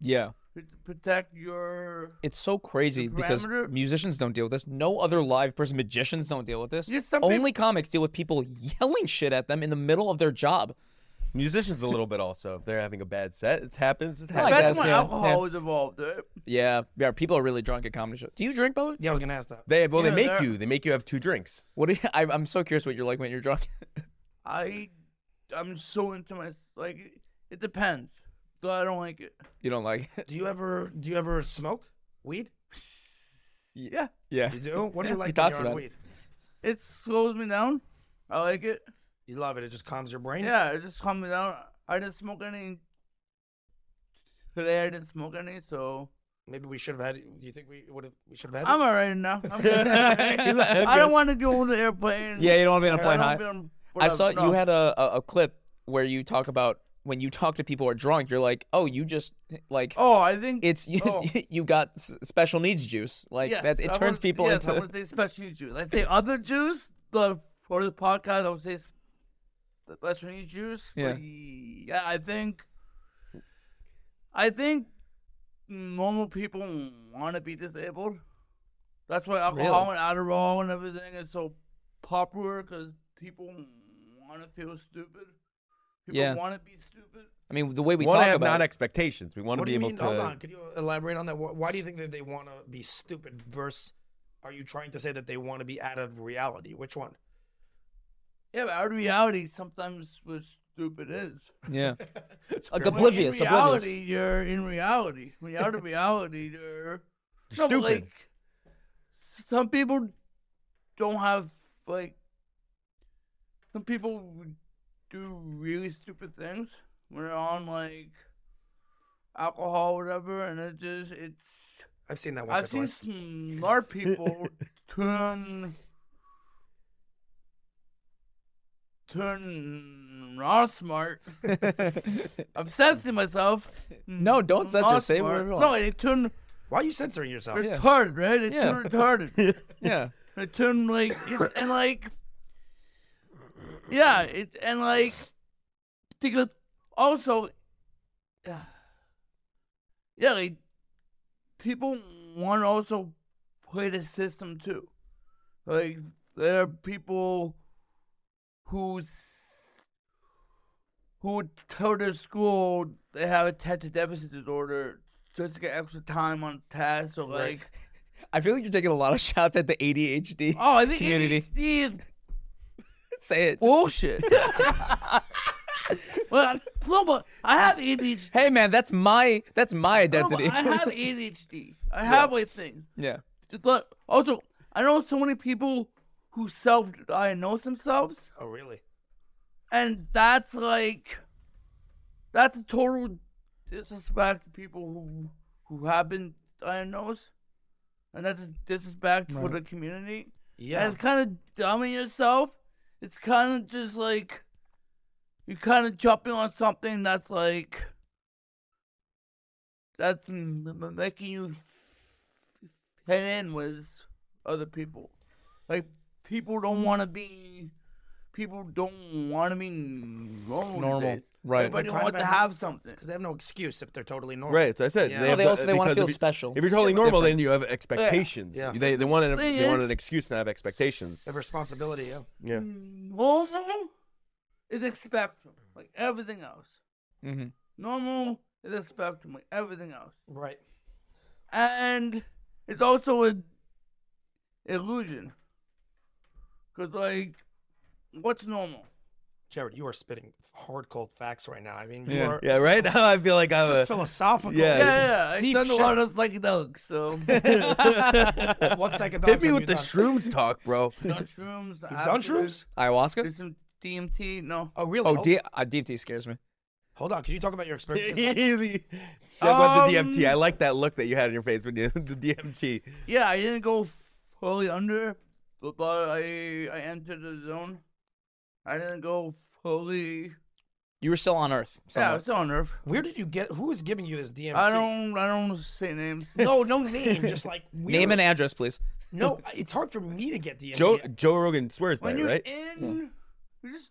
Yeah. pr- Protect your It's so crazy because parameter- musicians don't deal with this. No other live person, magicians don't deal with this. Yeah, some peop- Only comics deal with people yelling shit at them in the middle of their job. musicians a little bit also if they're having a bad set, it happens. It I happens. That's guess, when yeah, alcohol is involved. Right? Yeah, yeah. People are really drunk at comedy shows. Do you drink, Bowie? Yeah, I was gonna ask that. They well, Yeah, they make they're- you. They make you have two drinks. What? Do you, I, I'm so curious what you're like when you're drunk. I I'm so into my like it depends. Though I don't like it. you don't like it. Do you ever do you ever smoke weed? Yeah, Yeah. You do? What do you like? when talks you're on about weed. it. it slows me down. I like it. You love it. It just calms your brain. Yeah, it just calms me down. I didn't smoke any today. I didn't smoke any, so Maybe we should have had. Do you think we would have? We should have had. I'm it? alright now. I'm good. yeah, I don't want to go on the airplane. you don't want to be in a I plane don't high. feel- I saw whatever, you no. had a, a, a clip where you talk about when you talk to people who are drunk, you're like, oh, you just like Oh, I think it's you, Oh. you got s- special needs juice. Like yes, that, it I turns would- people yes, I into would say special Jews. Like the other Jews, the for the podcast, I would say s- the special needs Jews. Yeah. But yeah, I think, I think normal people want to be disabled. That's why alcohol Really? and Adderall and everything is so popular because people want to feel stupid. People Yeah. want to be stupid. I mean, the way we we want to talk have about non it, expectations. We want to What do be you able mean? to. Hold on. Could you elaborate on that? Wh- Why do you think that they want to be stupid? Versus, are you trying to say that they want to be out of reality? Which one? Yeah, but our reality sometimes was stupid is. yeah, It's like great. Well, oblivious, in oblivious. reality, you're in reality. When you're out of reality, you're You're No, but, stupid. like, some people don't have like. Some people do really stupid things when they're on like alcohol, or whatever, and it just it's. I've seen that once. I've or seen twice. smart people turn turn not smart. I'm censoring myself. Mm, No, don't censor. Not Say smart. whatever you want. No, they turn Why are you censoring yourself? Yeah. retarded, right? They Yeah. turn retarded. yeah, they turn like it's- and like yeah, it's and like because also yeah, yeah, like people want to also play the system too. Like there are people who's who would tell their school they have attention deficit disorder just to get extra time on tests or like Right. I feel like you're taking a lot of shots at the ADHD. oh I think Community. ADHD is Say it. bullshit. well, no, but I have ADHD. hey, man, that's my that's my No, but identity. I have ADHD. I have my thing. yeah, But also, I know so many people who self-diagnose themselves, Oh, really? and that's like, that's a total disrespect to people who who have been diagnosed, and that's a disrespect for Right. the community. Yeah. And it's kind of dumbing yourself. It's kind of just like you're kind of jumping on something that's like that's m- m- making you fit in with other people. Like people Mm. don't want to be. People don't want to be normal. Normal, Days. right. Everybody They're kind wants of to having- have something. Because they have no excuse if they're totally normal. Right, so I said. Yeah. They No, have they the- also- they wanna because feel if you- special. If you're totally normal, then you have expectations. Yeah. They they wanted a, Thing they wanted is- an excuse to have expectations. Hmm. They have responsibility. Yeah. Yeah. Normal is a spectrum, like everything else. hmm Normal is a spectrum, like everything else. Right. and it's also an illusion. Cause like, what's normal? Jared, you are spitting hard, cold facts right now. I mean, you Yeah. are. Yeah. Right now I feel like This is I'm. A, philosophical. yeah, This yeah, is yeah, I've deep done a shit. lot of psychedelics, so What psychedelics hit me have you with the done? shrooms talk, bro. done shrooms. You've done shrooms? Ayahuasca. Did some DMT. No. Oh, really? Oh, Hold- D- uh, DMT scares me. Hold on. Can you talk about your experience? Easy. Talk about the DMT. Um, I like that look that you had in your face when you the DMT. Yeah, I didn't go fully under, but I I entered the zone. I didn't go fully. You were still on Earth. Yeah, somewhat. it's on Earth. Where did you get? Who is giving you this DMT? I don't. I don't say names. No, no name. Just like weird. Name and address, please. No, it's hard for me to get DMT. Joe Joe Rogan swears by when it, you're right? in, you just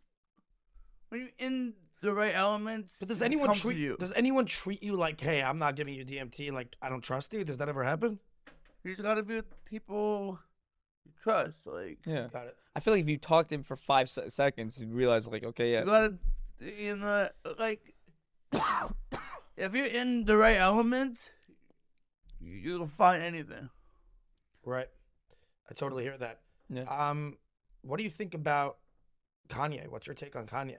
when you're in the right elements. But does it just anyone comes to treat you? Does anyone treat you like, hey, I'm not giving you DMT. Like, I don't trust you. Does that ever happen? You just gotta be with people you trust. Like Yeah. Got it. I feel like if you talk to him for five se- seconds, you realize like, okay, you yeah, gotta, you know, like if you're in the right element, you- you can find anything. Right. I totally hear that. Yeah. Um, what do you think about Kanye? What's your take on Kanye?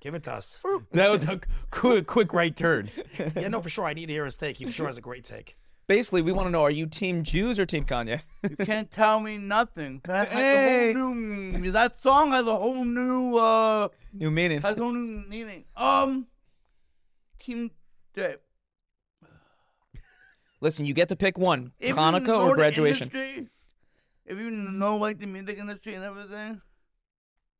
Give it to us. That was a quick quick right turn. yeah, no, for sure. I need to hear his take. He sure has a great take. basically, we want to know: Are you Team Jews or Team Kanye? You can't tell me nothing. That has Hey. a whole new. That song has a whole new. uh New meaning. Has a whole new meaning. Um, Kim. Dave. Listen, you get to pick one: If you Hanukkah know or the graduation. industry, if you know like the music industry and everything,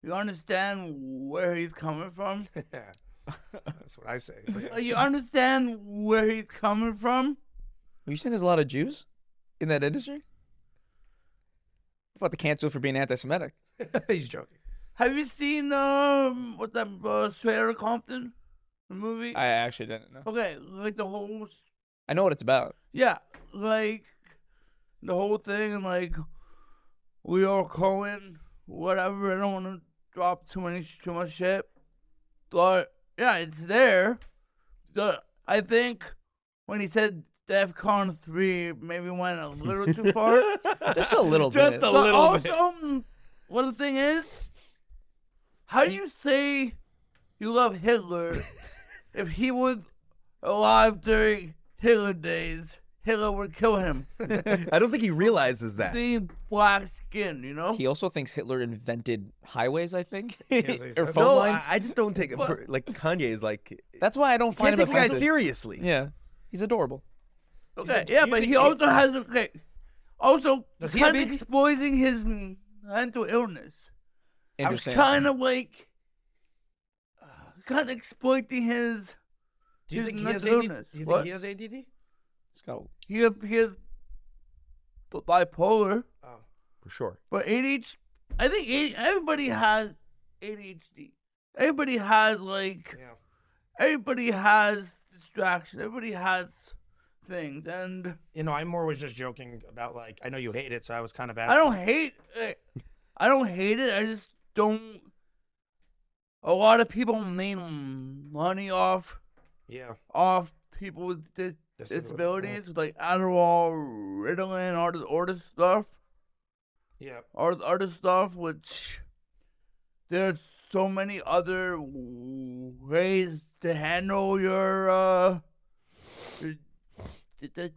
You understand where he's coming from? That's what I say. Like, you understand where he's coming from? Are you saying there's a lot of Jews in that industry? About to cancel for being anti-Semitic. He's joking. Have you seen um what that uh, Sarah Compton the movie? I actually didn't know. okay, like the whole s- I know what it's about. yeah, like the whole thing and like Leo Cohen, whatever. I don't want to drop too many too much shit, but yeah, it's there. The, I think when he said DefCon three, maybe went a little too far. Just a little Just bit. a But little also, bit. um, what the thing is, how do you say you love Hitler if he was alive during Hitler days? Hitler would kill him. I don't think he realizes that. The black skin, you know. He also thinks Hitler invented highways. I think. that's what he or said. phone No, I, lines. I just don't take it per, like Kanye is like That's why I don't find can't him take the guy offensive. seriously. yeah, he's adorable. Okay, yeah, but he also has okay. Also, Does he have kind of AIDS? exploiting his mental illness. Interesting. Kind of like, uh, kind of exploiting his. Do you He's think he not has doing ADD? it. Do you think What? he has ADD? It's got a- He he is bipolar. Oh. for sure. But ADHD, I think A- everybody has ADHD. Everybody has like Yeah. everybody has distractions. Everybody has things, and You know, I more was just joking about like I know you hate it, so I was kind of asking. I don't hate. it. I don't hate it. I just don't. A lot of people make money off Yeah. off people with dis- Disability, yeah. disabilities with like Adderall, Ritalin, all this, all this stuff. Yeah. or the other stuff, which there's so many other ways to handle your uh your de- de-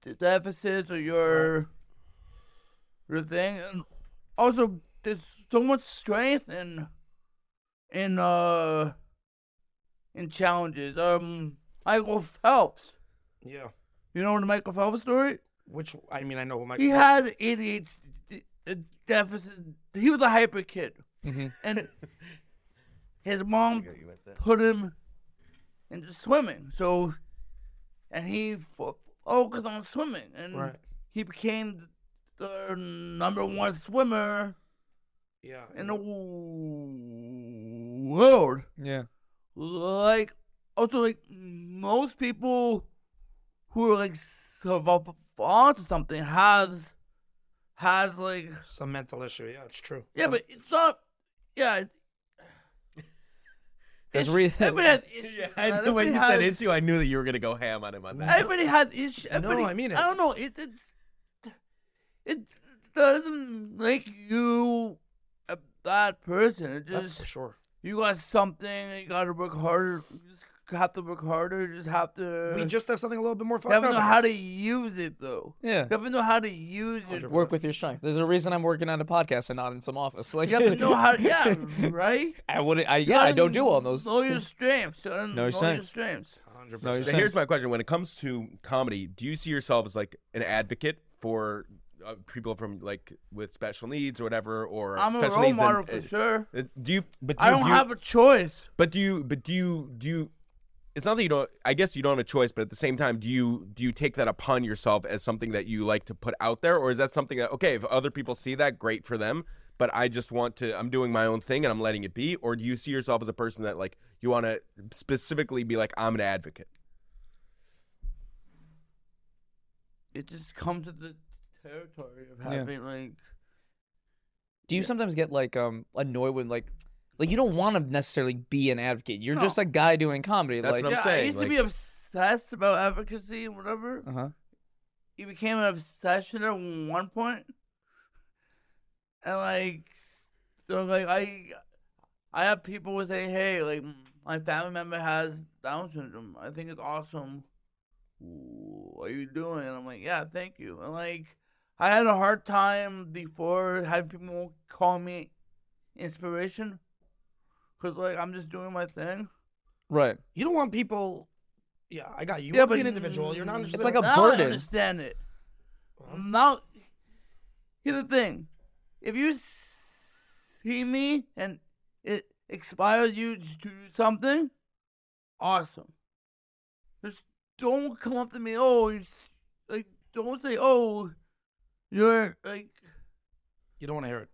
de- deficits or your your thing. And also, there's so much strength in in uh in challenges. Um, Michael Phelps. Yeah. You know the Michael Phelps story? Which I mean, I know who Michael. He had ADHD uh, deficit. He was a hyper kid, Mhm. and his mom put him into swimming. So, and he fo- focused on swimming, and Right. he became the number one swimmer Yeah. in the wo- world Yeah. like also like most people who are like survived to something has has like some mental issue. Yeah, it's true. yeah, but it's not yeah. It's, There's it's- reason- Everybody has issues. Yeah, I man. knew when you Everybody said has- issue, I knew that you were gonna go ham on him on that. Everybody has issues. Everybody, I mean it. I don't know. It, it's it doesn't make you a bad person. It That's for just sure. you got something. and You got to work harder. You just have to work harder. You just have to. We just have something a little bit more You fucked uh, have up. to know than how this. to use it though. Yeah. You have to know how to use it. Work with your strength. There's a reason I'm working on a podcast and not in some office. Like You have to know how. Yeah, right. I wouldn't. I You yeah. I gotta don't do all those. Know your strengths. Know No your sense. strengths. 100%. No, So you're saying- here's my question: When it comes to comedy, do you see yourself as like an advocate for uh, people from like with special needs or whatever, or I'm a special role needs and- eh, model for uh, sure. uh, Do you? But do I you don't view- have a choice. But do you? But do you? Do you? It's not that you don't. I guess you don't have a choice. But at the same time, do you? Do you take that upon yourself as something that you like to put out there, or is that something that okay, if other people see that, great for them. But I just want to. I'm doing my own thing and I'm letting it be. Or do you see yourself as a person that like you want to specifically be like I'm an advocate? It just comes with the territory of Yeah. having like. Do you sometimes get like um annoyed when like like you don't want to necessarily be an advocate. You're just a guy doing comedy. That's like what I'm yeah, I saying, used like- to be obsessed about advocacy and whatever. uh huh. It became an obsession at one point, and like, so like I, I have people who say, "Hey, like my family member has Down syndrome. I think it's awesome. What are you doing?" And I'm like, "Yeah, thank you." And like, I had a hard time before having people call me inspiration, cause like I'm just doing my thing. Right. You don't want people. Yeah, I got you. want Yeah, to but be an individual. You're not. it's interested like in- a now burden. Mm-hmm. I understand it. Now, here's the thing: if you see me and it inspires you to do something, awesome. Just don't come up to me. Oh, you, s- like don't say, oh, you're like You don't want to hear it.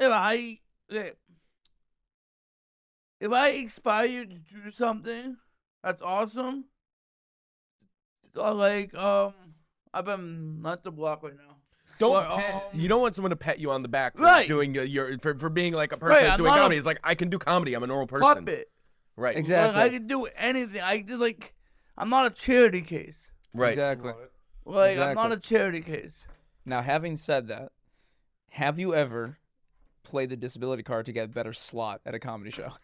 if I if if I inspire you to do something, that's awesome. So, like um, I've been not the block right now. Don't Or, pet, um, you don't want someone to pet you on the back for Right. doing your- your for, for being like a person Right, I'm doing not a comedy. It's like I can do comedy. I'm a normal person. Puppet. Right. Exactly. Like I can do anything. I just like I'm not a charity case. Right. Exactly. Like I'm Exactly. not a charity case. Now, having said that, have you ever played the disability card to get a better slot at a comedy show?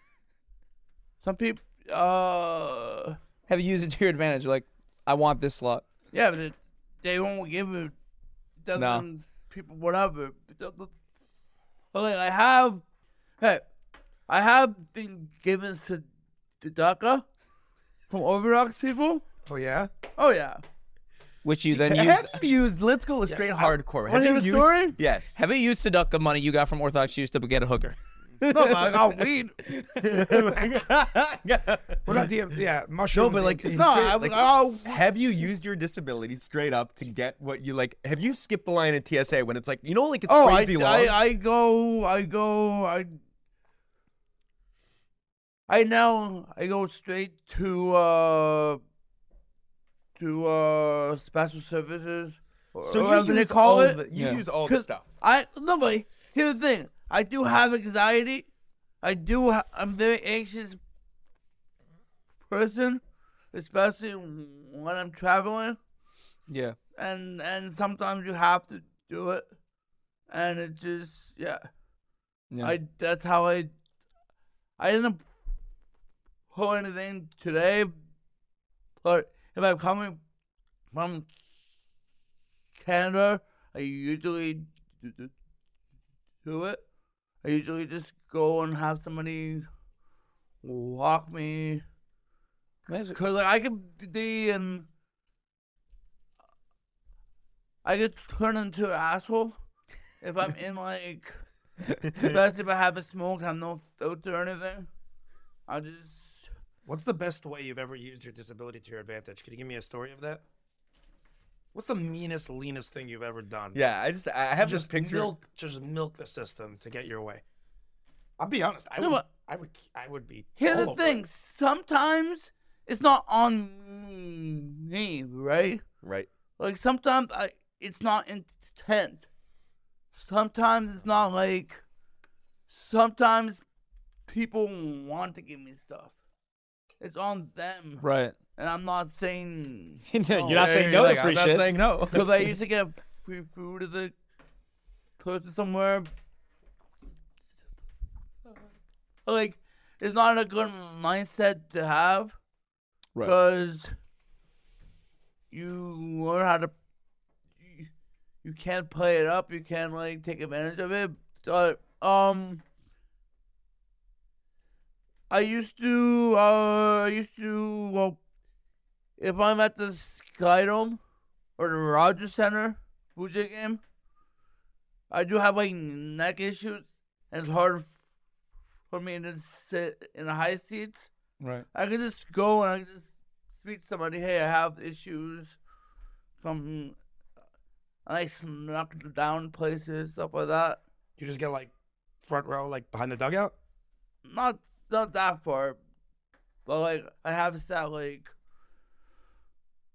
Some people, uh, Have you used it to your advantage? Like, I want this slot. yeah, but it, they won't give it. Doesn't people whatever. But like I have, hey, I have been given sed- Sedaka from Overdox people. Oh yeah. Oh yeah, Which you then used. Have you used? Let's go straight hardcore. want Have to you hear the used- story? Yes. Have you used Sudoku money you got from Orthodox Jews to get a hooker? no, but I got weed. What about the yeah mushrooms? but, like, and- No, I, Like- I, Have you used your disability straight up to get what you like? Have you skipped the line at TSA when it's like you know like it's Oh, I, crazy long? I, I go, I go, I. I now I go straight to uh to uh special services. Or so you whatever use they call all it. the, you Yeah. use all the 'Cause stuff. I no, but here's the thing: I do have anxiety. I do. Ha- I'm very anxious person, especially when I'm traveling Yeah. and and sometimes you have to do it, and it just yeah. Yeah. I that's how I. I didn't pull anything today, but if I'm coming from Canada, I usually do, do, do it. I usually just go and have somebody walk me Amazing. Cause like I could be and I could turn into an asshole if I'm in like, especially if I haven't smoked, have no filter or anything. I just What's the best way you've ever used your disability to your advantage? Could you give me a story of that? What's the meanest, leanest thing you've ever done? Yeah, I just I have this just picture. milk, just milk the system to get your way. I'll be honest. I No, would, but- I would, I would be. here's all the over thing. it. Sometimes it's not on me, right? Right. Like sometimes I, it's not intent. Sometimes it's not like. Sometimes people want to give me stuff. It's on them, Right. and I'm not saying. You're no. not saying no You're to like, free I'm not shit. saying no. Because I used to get free food at the person somewhere. Like, it's not a good mindset to have. Right. Because you learn how to. You, you can't play it up. You can't, like, take advantage of it. But, um. I used to, uh, I used to, well, if I'm at the Skydome, or the Rogers Center Fuji game, I do have like neck issues, and it's hard for me to sit in the high seats. Right. I can just go and I can just speak to somebody. Hey, I have issues. Come, and I snuck down places, stuff like that. You just get like front row, like behind the dugout. Not not that far, but like I have sat like.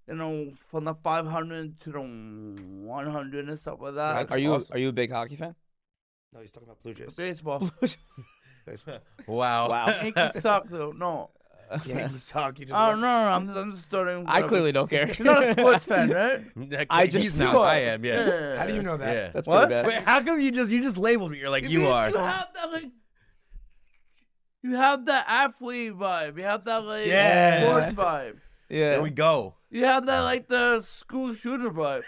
You know, from the 500 to the 100 and stuff like that. That's Are you awesome. are you a big hockey fan? No, he's talking about Blue Jays. Baseball. Baseball. Wow. Wow. Yankees suck though. No. Yankees suck. You just Oh want- no, no, I'm I'm just starting. I whatever. clearly don't care. You're not a sports fan, right? I just He's not. know. I am. Yeah. How do you know that? Yeah. That's What? pretty Wait, bad. how come you just you just labeled me? You're like you mean are. You have that like. You have that athlete vibe. You have that like Yeah. sports vibe. Yeah. There we go. You have that like the school shooter vibe.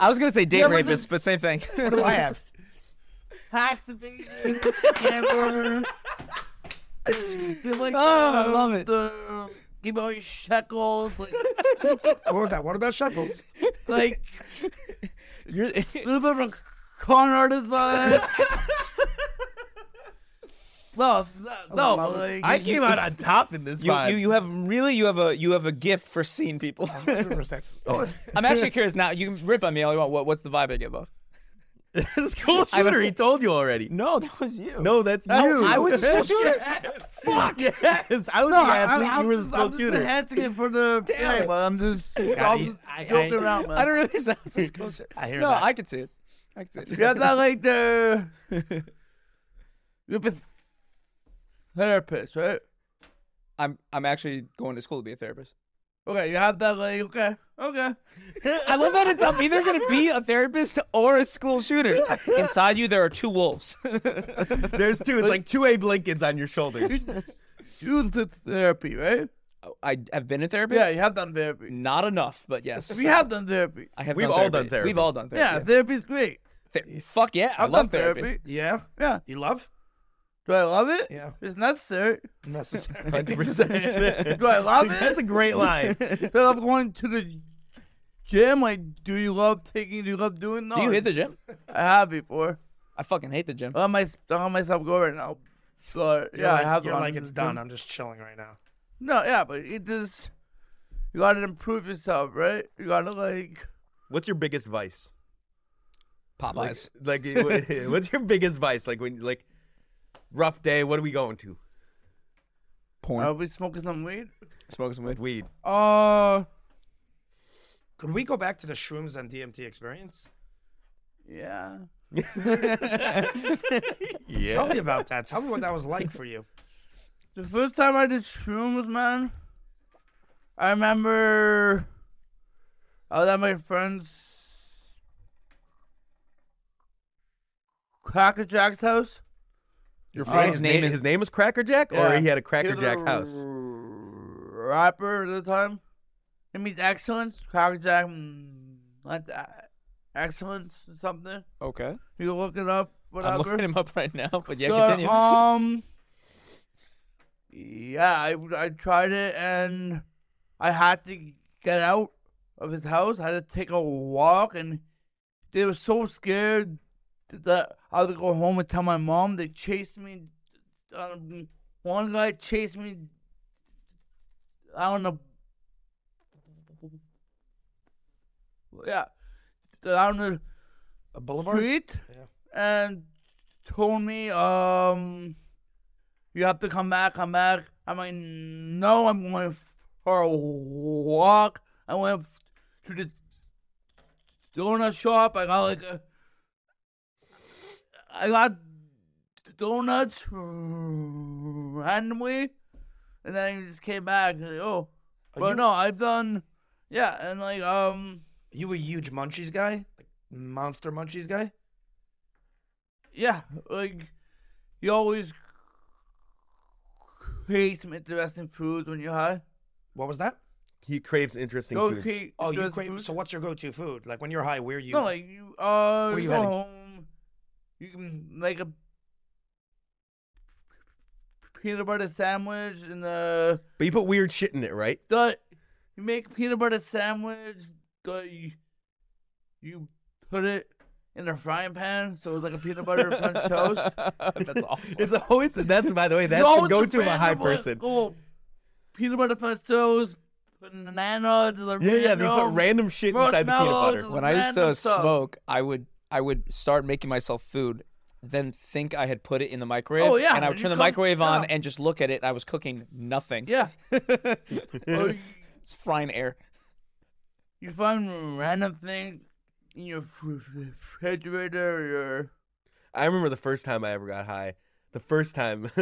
I was gonna say date Yeah, but rapists, but same thing. What do I have? Has to be camera. You're like, Oh, I uh, love it. The, give all your shekels, like, What was that? What about shovels? like You're, a little bit of a con artist vibes. no, no, love it. like, I came out on top in this You, vibe. you you have really you have a you have a gift for seeing people. 100%. Oh, I'm actually curious now. You can rip on me all you want. What, what's the vibe I give off? this is cool shooter. He told you already. No, that was you. No, that's Oh, you. I was a school shooter. Fuck. Yes, I was the athlete. I'm you were the just- I'm school just shooter. enhancing it for the play, but I'm just, I- I'm just I- joking I- around, man. I don't realize I was a school shooter. I hear no, that. I could see it. I could see it. That's not like the you're a therapist, right? I'm I'm actually going to school to be a therapist. Okay, you have that like okay, okay. I love that it's I'm either gonna be a therapist or a school shooter. Inside you there are two wolves. There's two. It's like two Abe Lincolns on your shoulders. Do the therapy, right? I have been in therapy. Yeah, you have done therapy. Not enough, but yes. We have done therapy. I have We've done all therapy. done therapy. We've all done Yeah, therapy. therapy's great. Yeah. Fuck yeah, I I've love done therapy. Yeah. Yeah. You love? Do I love it? Yeah. It's necessary. Necessary. 100%. Do I love That's it? a great line. Do I love going to the gym? Like, do you love taking? Do you love doing? No. Do you hit the gym? I have before. I fucking hate the gym. I let my I let myself go right now. So You're yeah, like, I have. You're gone like, to it's the gym. done. I'm just chilling right now. No, yeah, but it just you gotta improve yourself, right? You gotta like What's your biggest vice? Like, Popeyes. like, wh- what's your biggest vice? Like when, like, rough day. What are we going to? Porn. are we smoking some weed? Smoking some weed. Weed. Uh Could we go back to the shrooms and DMT experience? yeah. Tell me about that. Tell me what that was like for you. The first time I did shrooms, man, I remember I was at my friend's Cracker Jack's house. Your friend's name is- his name was Cracker Jack, or Yeah. he had a He Cracker was Jack a house. Rapper at the time. It means excellence. Cracker Jack mm, that's uh, excellence or something. Okay. You can look it up, I'm whatever. looking him up right now, but yeah, So, continue. um, yeah, I, I tried it and I had to get out of his house. I had to take a walk, and they were so scared that I had to go home and tell my mom. They chased me. Um, one guy chased me out on the yeah down the A boulevard? street Yeah. and told me, um, you have to come back, come back. I'm like, no, I'm going for a walk. I went to the donut shop. I got like a, I got donuts randomly, and then I just came back. Like, oh, but you- no, I've done, yeah, and like, um. You a huge munchies guy? Like monster munchies guy? Yeah, like you always create some interesting foods when you're high. What was that? He craves interesting You always foods. create Oh, you interesting crave. foods. So, what's your go-to food? Like when you're high, where you? no, like you uh are you you go heading? home, you can make a peanut butter sandwich and the But you put weird shit in it, right? the you make a peanut butter sandwich. The you, you put it in a frying pan, so it's like a peanut butter French toast. That's awesome. It's always that's by the way that's No, the it's go-to of a high random one. person. Oh, peanut butter French toast, banana, to the Yeah, yeah. They put random random shit inside the peanut marshmallows butter. to the when I used to random stuff. smoke, I would I would start making myself food, then think I had put it in the microwave. Oh, yeah, And I you would turn the come- microwave on yeah. and just look at it. I was cooking nothing. Yeah, or you, It's frying air. you find random things in your fr- refrigerator. Or your I remember the first time I ever got high. The first time,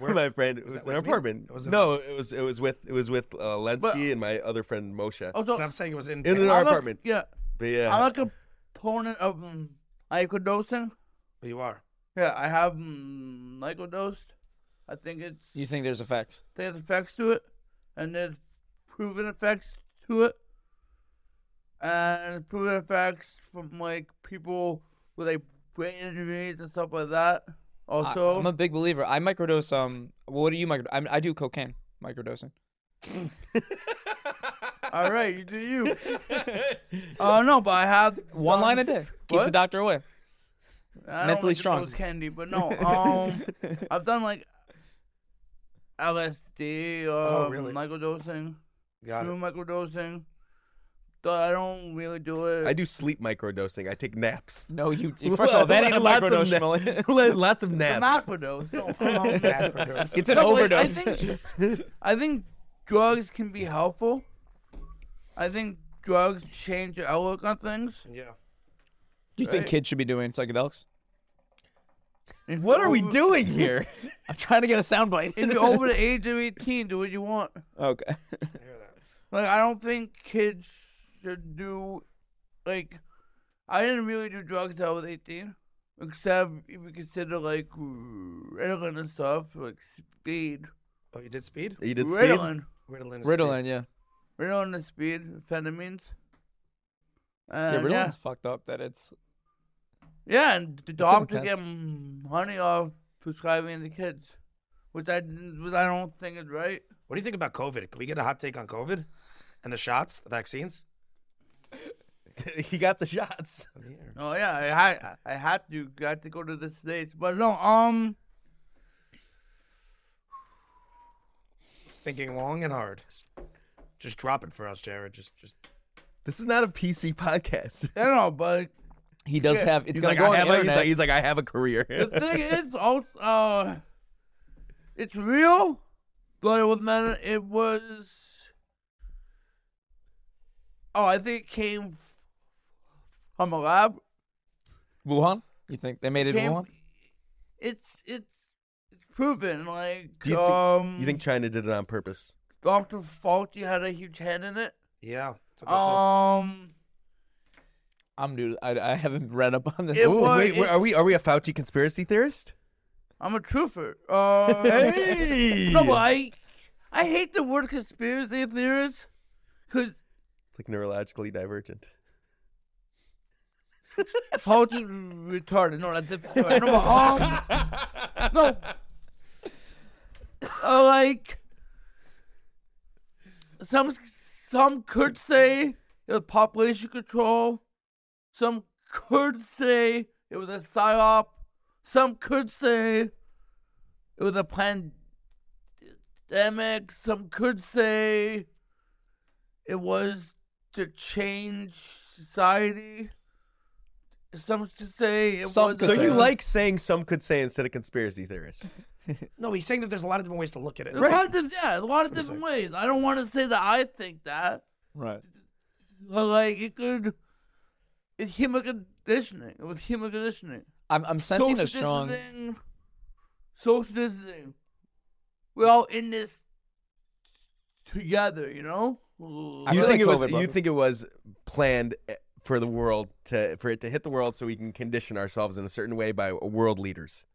my friend it was, that in our with me? apartment. Was it- no, it was it was with it was with uh, Lensky But- Oh, and my other friend Moshe. also But I'm saying it was in. In Texas. our I'm a- apartment. yeah, But yeah, I'm like a proponent of um, microdosing. Oh, you are. Yeah, I have um, microdosed. I think it's You think there's effects? there's effects to it, and there's proven effects to it, and proven effects from like people with like brain injuries and stuff like that. I, Also, am a big believer. I microdose. Um, what do you microdose? I, I do cocaine microdosing. all right, you do you. uh, no, but I have One line a day keeps the What? doctor away. I don't Mentally like to strong. propose candy, but no. Um, I've done like LSD or Oh, really? um, microdosing, Got true it. microdosing. Though I don't really do it. I do sleep microdosing. I take naps. No, you. First of all, that ain't a Lots of microdose, na- Schmilly. Lots of I'm naps. microdose. No, um, Microdose. It's an No, but overdose. I think, I think drugs can be helpful. I think drugs change your outlook on things. yeah. Do you think kids should be doing psychedelics? What are we doing here? I'm trying to get a soundbite. If you're over Oh. the age of 18, do what you want. okay. Like, I don't think kids should do, like, I didn't really do drugs till I was 18. Except if you consider, like, Ritalin and stuff, like speed. Oh, you did speed? You did speed. Ritalin. Ritalin. is speed. Ritalin, yeah. Ritalin and speed, amphetamines. Yeah, And, Ritalin's Uh, yeah, fucked up that it's Yeah, and the doctor intense. get mm, money off prescribing the kids, which I didn't- which I don't think is right. What do you think about COVID? Can we get a hot take on COVID and the shots, the vaccines? he got the shots. Oh yeah, I had I had to got to go to the states, but no, um, It's thinking long and hard. Just drop it for us, Jared. Just, just. This is not a PC podcast. I don't know, but he does Yeah. have it's He's gonna like, go I on have the a, he's, internet. like, he's like, I have a career. the thing is, also, uh, it's real, but it was not. It was. Oh, I think it came from a lab. Wuhan? You think they made it in Came- Wuhan? It's it's it's proven. Like, Do you think- um, you think China did it on purpose? Dr. Fauci had a huge hand in it. Yeah. that's what they said. Um, I'm new. I, I haven't read up on this. It Ooh, was- wait, wait, it- are we are we a Fauci conspiracy theorist? I'm a truther. Um, Hey! No, but I, I hate the word conspiracy theorist because It's like neurologically divergent. Fauci's retarded. No, that's different. story. No, but, um, no. Uh, like, some some could say it was population control. Some could say it was a psyop. Some could say it was a pandemic. Some could say it was to change society. Some could say it Some was. could So Good you say. like saying some could say instead of conspiracy theorist? no, he's saying that there's a lot of different ways to look at it. There's A lot of diff- yeah, a lot of different ways. I don't want to say that I think that, Right. but like it could. It's human conditioning. It was human conditioning. I'm I'm sensing Social a strong. distancing. Social distancing. We're all in this together, you know. I you feel think like it was? COVID You brought- think it was planned eh, for the world to for it to hit the world so we can condition ourselves in a certain way by world leaders?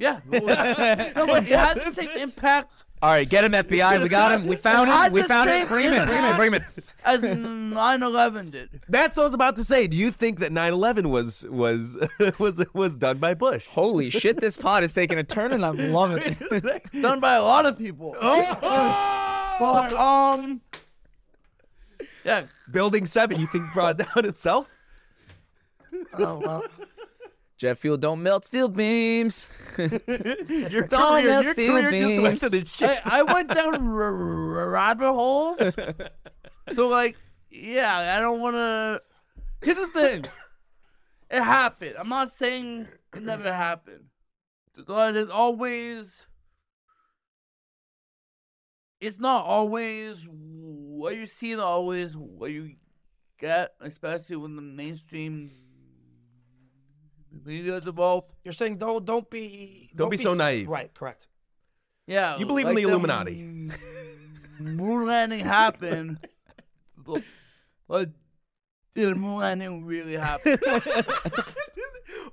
Yeah. no, but it had the same impact All right, get him FBI. We got him. We found It him. had We the found same him. Bring him in. Bring him in. Bring him in. as 9/11 did. That's what I was about to say. Do you think that 9/11 was was was was done by Bush? Holy shit! This pod is taking a turn, and I'm loving it. Done by a lot of people. Oh. But um. Yeah. Building Seven, you think brought down itself? Oh well. Jet fuel don't melt steel beams. Your Don't career, melt your steel career just went beams. to the shit. I, I went down r- r- rabbit holes. So like, yeah, I don't want to. Here's the thing. It happened. I'm not saying it never happened. But it's always. It's not always what you see, not always what you get, especially when the mainstream media is involved. You're saying don't, don't be, Don't be so s- naive. Right. Correct. Yeah. You believe in the Illuminati. m- moon landing happened. but, but did the moon landing really happen?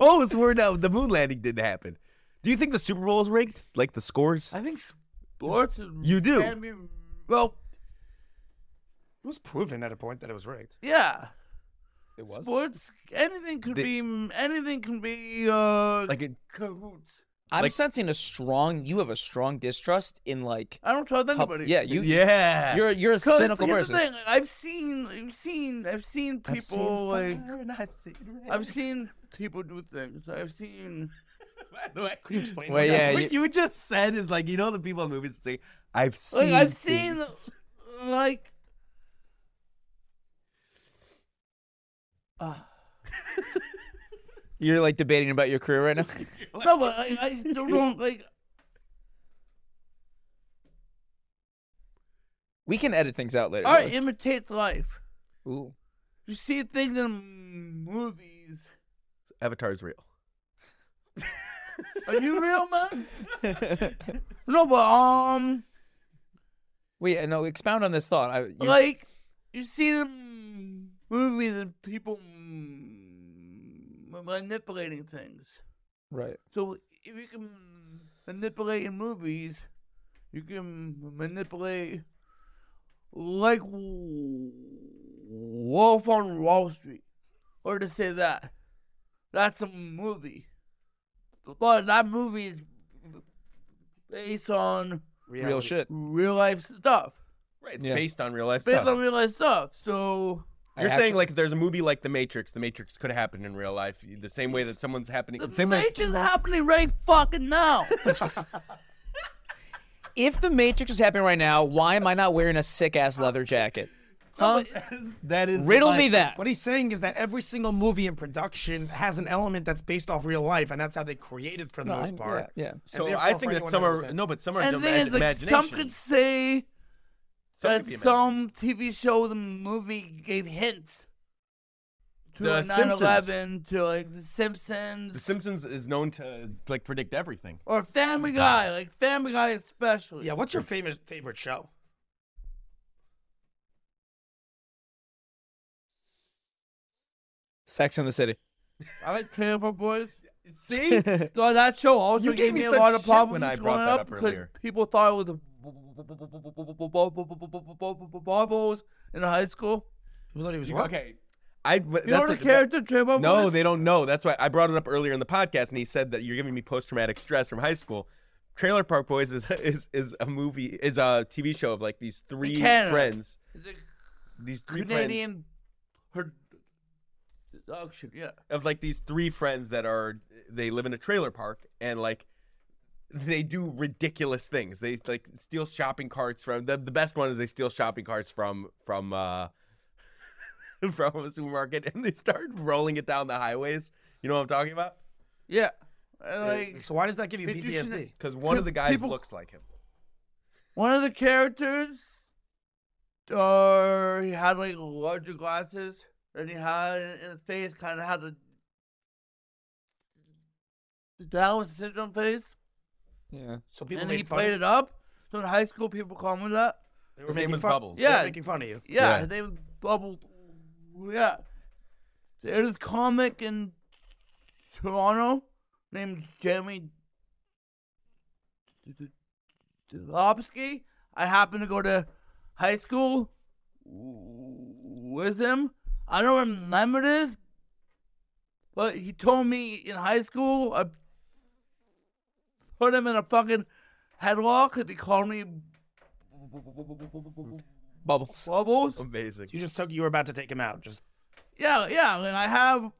oh, it's word out. The moon landing didn't happen. Do you think the Super Bowl is rigged? Like the scores? I think sports is- You do. can be well It was proven at a point that it was rigged. yeah. It was. Sports anything could The- be anything can be uh Like it, cahoots. I'm sensing a strong. You have a strong distrust in like. I don't trust pub- anybody. Yeah, you. Yeah. You're you're a 'Cause cynical here's the person. thing, I've seen, I've seen, I've seen people like, I've seen people do things. I've seen. By the way, Could you explain? Well, what yeah, that you- what you just said is like you know the people in movies that say I've seen. Like I've seen, things." like. Ah. You're like debating about your career right now. no, but I, I don't know. Like, we can edit things out later. art imitates life. Ooh. You see things in movies. Avatar's real. Are you real, man? no, but um, Wait, no. Expound on this thought. I, you, like you see them movies and people mm, manipulating things. right. So if you can manipulate in movies, you can manipulate like w- Wolf on Wall Street, or to say that that's a movie, but that movie is based on Real shit. real life stuff. Right. It's Yeah. based on real life Based stuff. on real life stuff. So I You're actually- saying like if there's a movie like The Matrix, The Matrix could happen in real life the same way that someone's happening. the Matrix is happening right fucking now. if the Matrix is happening right now, why am I not wearing a sick ass leather jacket? Huh? that is Riddle me that. What he's saying is that every single movie in production has an element that's based off real life, and that's how they created for the No, most I'm- part. Yeah. yeah. So therefore I for think that anyone some that are understands- no, but some are and the thing imag- is, like, some imagination. could say Some could that be imagination. some TV show, the movie gave hints to The like, Simpsons. 9/11, to like The Simpsons, The Simpsons is known to like predict everything. or Mm. Family Guy, like Family Guy especially. Yeah. What's your famous favorite show? Sex in the City. I like Tampa Boys. See, So that show also You gave gave me me a such lot of shit when problems I brought growing that up up 'cause earlier. people thought it was the Bibles in high school. You thought he was what? okay. I but You know that's what- the character Trevor? No, they don't know. That's why I brought it up earlier in the podcast, and he said that you're giving me post traumatic stress from high school. Trailer Park Boys is is is a movie is a TV show of like these three Canada. friends. It's a These three friends Canadian her deduction, yeah. of like these three friends that are they live in a trailer park and like they do ridiculous things. They like steal shopping carts from the the best one is they steal shopping carts from from uh from a supermarket and they start rolling it down the highways. You know what I'm talking about? Yeah. And like So why does that give you Did you see that- PTSD? Because one of the guys People- looks like him. one of the characters uh he had like larger glasses and he had in his face kinda had a the Down syndrome face. Yeah. So people and made he fun played of it up. So in high school people call me that. They were His making name was fun- Bubbles. they were Yeah. making fun of you. Yeah, Yeah. they bubbled. Yeah, there's a comic in Toronto named Jamie Dolopsky. I happened to go to high school with him. I don't remember this, but he told me in high school I put him in a fucking headlock because he called me Bubbles. bubbles. Amazing. So you just took you were about to take him out. Just Yeah, yeah, and I have.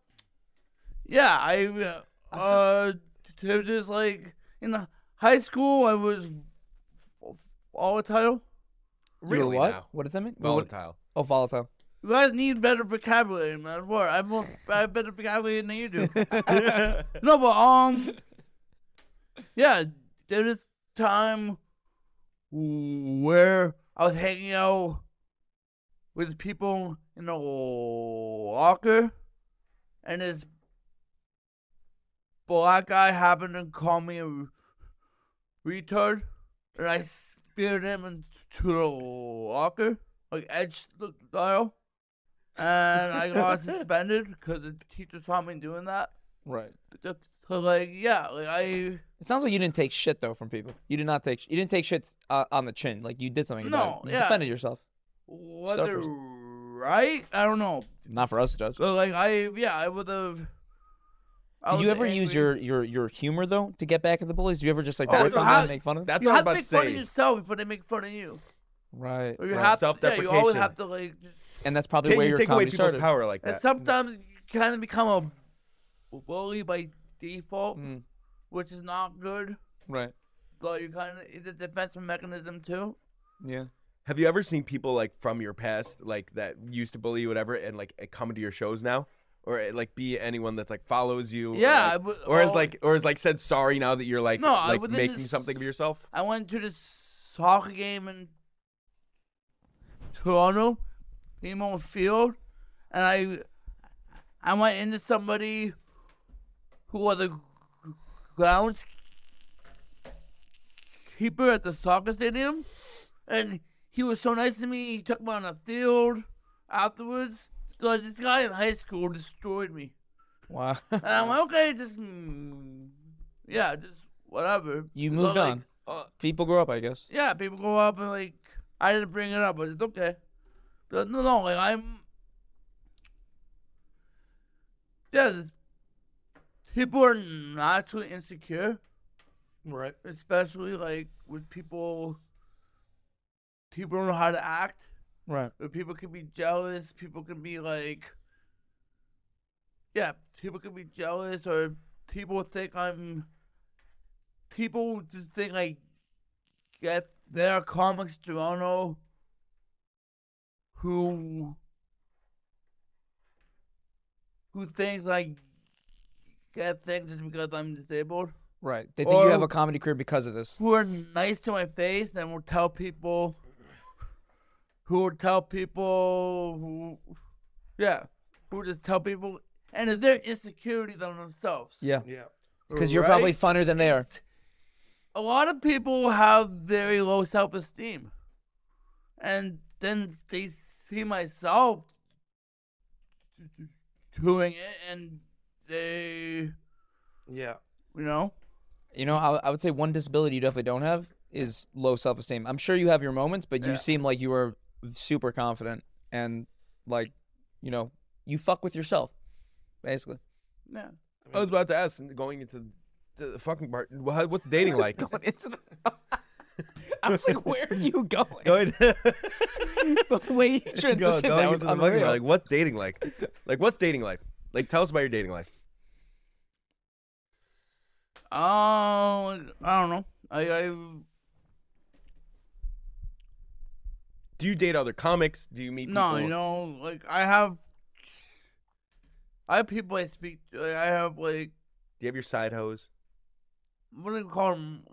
Yeah, I uh, uh t- just like in the high school, I was volatile. You were Really what? now. What does that mean? Well, what- Volatile. Oh, volatile. You guys need better vocabulary, man. More, I'm more, I have better vocabulary than you do. no, but um, yeah, there was time where I was hanging out with people in the locker, and this black guy happened to call me a retard, and I speared him into the locker, like edge style. And I got suspended because the teacher saw me doing that. Right. Just to like, yeah, like I It sounds like you didn't take shit though from people. You did not take. You didn't take shit uh, on the chin. Like you did something. about No, it. You yeah. defended yourself. whether Stuffers. right, I don't know. Not for us to judge. So like I, yeah, I would have. I Did you was ever use Oh, angry. your, your your humor though to get back at the bullies? Do you ever just like Oh, poke it's them not- and make fun of them? That's you what have I'm to about to make fun of say. yourself before they make fun of you. Right. Or you right. have to, yeah, you always Self-deprecation. have to like. Just, And that's probably Take, where you your take away comedy people's started. power like and that. sometimes you kind of become a bully by default, Mm. which is not good. Right. But you kind of it's a defensive mechanism too. Yeah. Have you ever seen people like from your past, like that used to bully you, whatever, and like come to your shows now, or eh, like be anyone that's like follows you? Yeah, I or, would- like, or is oh. like or is like said sorry now that you're like No, I like wouldn't making just- something of yourself. I went to this soccer game in Toronto, Limo Field, and I I went into somebody who was a grounds keeper at the soccer stadium, and he was so nice to me. He took me on the field afterwards. So this guy in high school destroyed me, Wow. and I'm like, okay, just mm, yeah, just whatever. you So, moved like, on. People grow up, I guess. yeah, people go up and like I didn't bring it up, but it's okay. But no, no, like I'm. Yeah, this, people are naturally insecure, Right. especially like with people. People don't know how to act. Right. But people can be jealous. People can be like, yeah, people can be jealous, or people think I'm. People just think like, get their comics Toronto. Who. Who thinks like, get things just because I'm disabled? Right. They think you have Or- a comedy career because of this. who are nice to my face and will tell people who will tell people who yeah who just tell people and it's their insecurities on themselves Yeah. Yeah. Because you're probably Right? funner than they are. a lot of people have very low self-esteem and then they see myself doing it and they Yeah. you know You know, I, I would say one disability you definitely don't have is low self esteem. I'm sure you have your moments, but you seem like you are super confident and like, you know, you fuck with yourself, basically. yeah I was about to ask, going into the the fucking part, wha- what's dating like? Going into the. I was like, where are you going? Going- the way you transitioned, Go- going that was into the fucking part, unreal. like what's dating like? Like what's dating like? Like tell us about your dating life. oh i don't know i i Do you date other comics? Do you meet No, people? you know, like I have, I have people I speak. To, like, I have like Do you have your side hoes? what do you call them?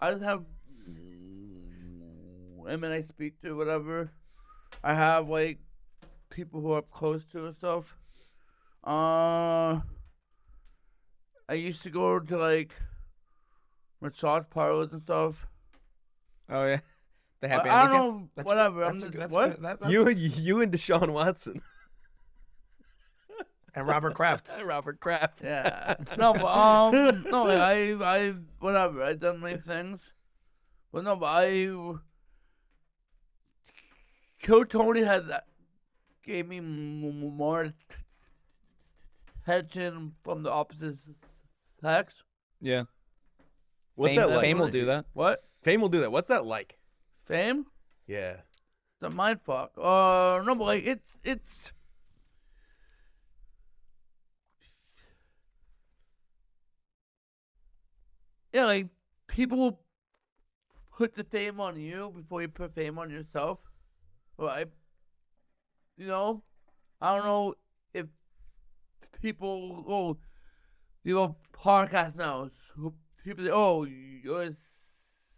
I just have women I speak to, whatever. I have like people who are close to and stuff. Uh, I used to go to like massage parlors and stuff. Oh, yeah. The I, happy I ending. don't know, That's whatever. A, I'm that's a, just- that's what? good. That, that's, You you and Deshaun Watson. and Robert Kraft. Robert Kraft. Yeah. No, but um, no, like, I, I, whatever. I've done my things, but no, but I. Kill Tony had that gave me m- m- more t- attention from the opposite s- sex. yeah. What's fame, that like? fame will do that. What Fame will do that. What's that like? fame? Yeah. The mind fuck. Uh, no, but like it's it's. Yeah, like people put the fame on you before you put fame on yourself. Right? You know, I don't know if people oh, you know, podcast now. so People say, "Oh, you're a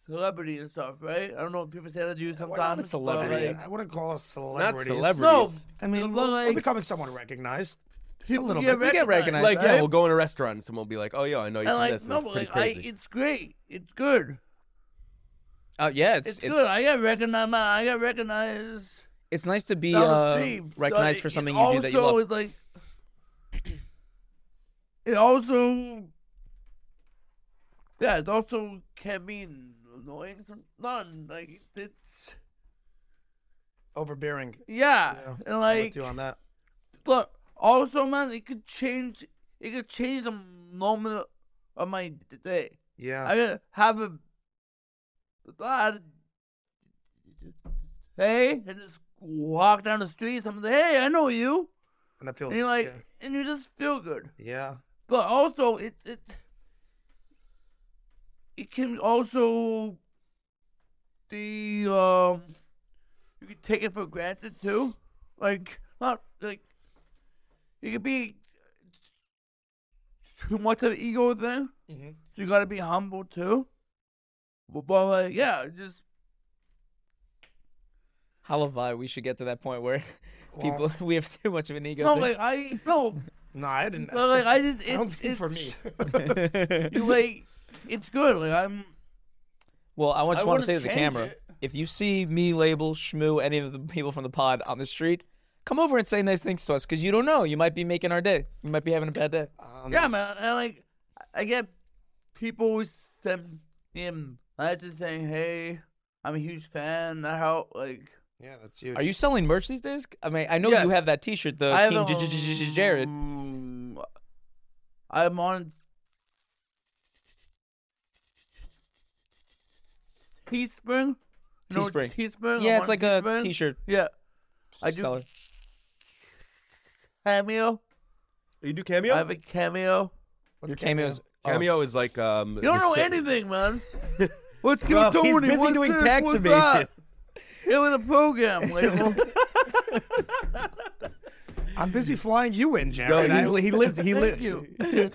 celebrity and stuff," right? I don't know if people say that to you We're sometimes. not a but, celebrity. like, I wouldn't call us Not celebrities. celebrities. no, I mean, Well, we're, like- we're becoming someone recognized. people little get bit. You get recognized. recognized, Like yeah, right? we'll go in a restaurant and someone will be like, "Oh yeah, I know you And from like, this." no, That's but pretty like, I, crazy. it's great. It's good. Oh, yeah. It's, It's, it's, good. I got recognized. I got recognized. it's nice to be down the uh, street. So recognized it- for it something you do that you also love. is like, it also, yeah, it also can be annoying. Some, not like it's, Overbearing. yeah, Yeah, I'm and with like, you on that. But also, man, it could change It could change the moment of my day. Yeah. I could have a bad day and just walk down the street. Someone say, "Hey, I know you," and that feels and you're like, yeah. and you just feel good. yeah. But also, it it it can also the um you can take it for granted too, like not like you could be too much of an ego then. Mm-hmm. Mhm. So you gotta be humble too. But, but like, yeah, just Halavai, we should get to that point where people we have too much of an ego. no, thing. like I no, No, I didn't. but, like I just I it, don't think it's for me. you, like it's good. Like I'm well, I I just wouldn't want to say to the change camera, it. if you see me, Label, Shmoo, any of the people from the pod on the street, come over and say nice things to us because you don't know. You might be making our day. You might be having a bad day. Um, Yeah, man. I like, I get people who send me um, messages saying, "Hey, I'm a huge fan." That how like yeah, that's huge. Are you selling merch these days? I mean, I know Yeah. you have that T-shirt, the I Uh, Team have, J- J- J- J- Jared. um, I'm on Teespring. You know Teespring. Teespring. Yeah, I'm it's on like a Teespring. T-shirt Yeah, I do seller. cameo. You do cameo? I have a cameo. Your cameos. oh. cameo is like um. You don't know anything, man. What's Bro, going on? he's with you? busy What's doing this? tax What's evasion. that? It was a program. Like, I'm busy flying you in, Jared. No, I, he, he lives. He Thank lives. you.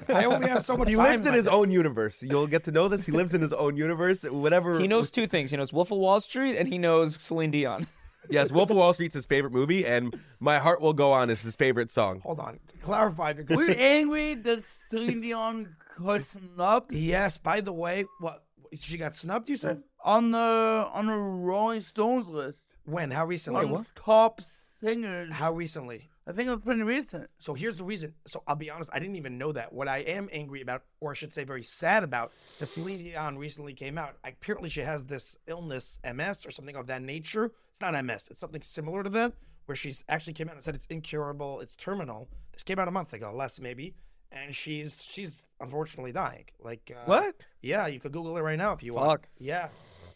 I only have so much He time. lives in my his day. own universe. You'll get to know this. He lives in his own universe. Whatever. He knows two things. He knows Wolf of Wall Street and he knows Celine Dion. Yes, Wolf of Wall Street's his favorite movie, and My Heart Will Go On is his favorite song. Hold on. To clarify, because We're angry that Celine Dion got snubbed yes, by the way, what she got snubbed? You said on the on the Rolling Stones list. when? How recently? on Top singers. How recently? I think it was pretty recent. So here's the reason. So I'll be honest, I didn't even know that. What I am angry about, or I should say very sad about, the Celine Dion recently came out. Apparently she has this illness, MS or something of that nature. It's not MS, it's something similar to that, where she's actually came out and said it's incurable, it's terminal. This came out a month ago, less maybe. And she's she's unfortunately dying. Like uh, What? Yeah, you could Google it right now if you want. Fuck. Yeah.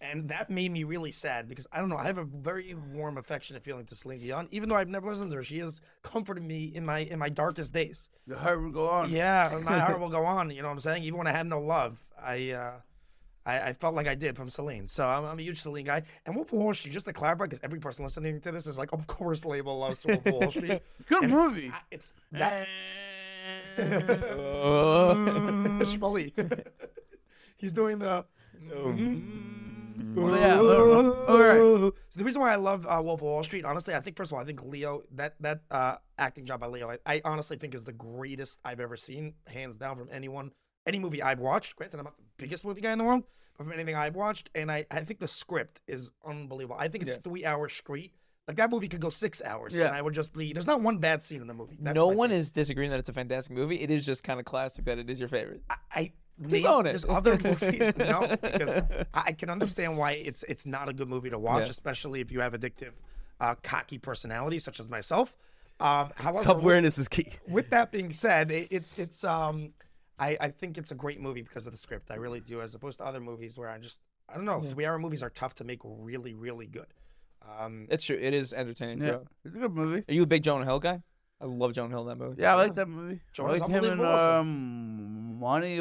And that made me really sad because I don't know. I have a very warm, affectionate feeling to Celine Dion, even though I've never listened to her. She has comforted me in my in my darkest days. The heart will go on. Yeah, my heart will go on. You know what I'm saying? Even when I had no love, I uh, I, I felt like I did from Celine. So I'm, I'm a huge Celine guy. And Wolf of Wall Street, just to clarify, because every person listening to this is like, of course, label loves Wolf of Wall Street. Good And movie. I- It's that Shmuley. He's doing the. yeah, all So the reason why I love uh, Wolf of Wall Street, honestly, I think first of all, I think Leo that that uh, acting job by Leo, I, I honestly think is the greatest I've ever seen, hands down, from anyone, any movie I've watched. Granted, I'm not the biggest movie guy in the world, but from anything I've watched, and I, I think the script is unbelievable. I think it's three hours straight. Like that movie could go six hours, Yeah. and I would just be. There's not one bad scene in the movie. That's no my one thing. is disagreeing that it's a fantastic movie. It is just kind of classic that it is your favorite. I Just maybe own it. There's other movies, no, because I- I can understand why it's it's not a good movie to watch, Yeah. especially if you have addictive, uh, cocky personalities such as myself. Um, however, Self awareness is key. with that being said, it, it's it's um, I I think it's a great movie because of the script. I really do, as opposed to other movies where I just I don't know. Three hour movies are tough to make really really good. Um, It's true. It is entertaining. Yeah, Joe. it's a good movie. Are you a big Jonah Hill guy? I love Jonah Hill in that movie. Yeah, I like that movie. Jonah's I like him in unbelievable also. um, Money.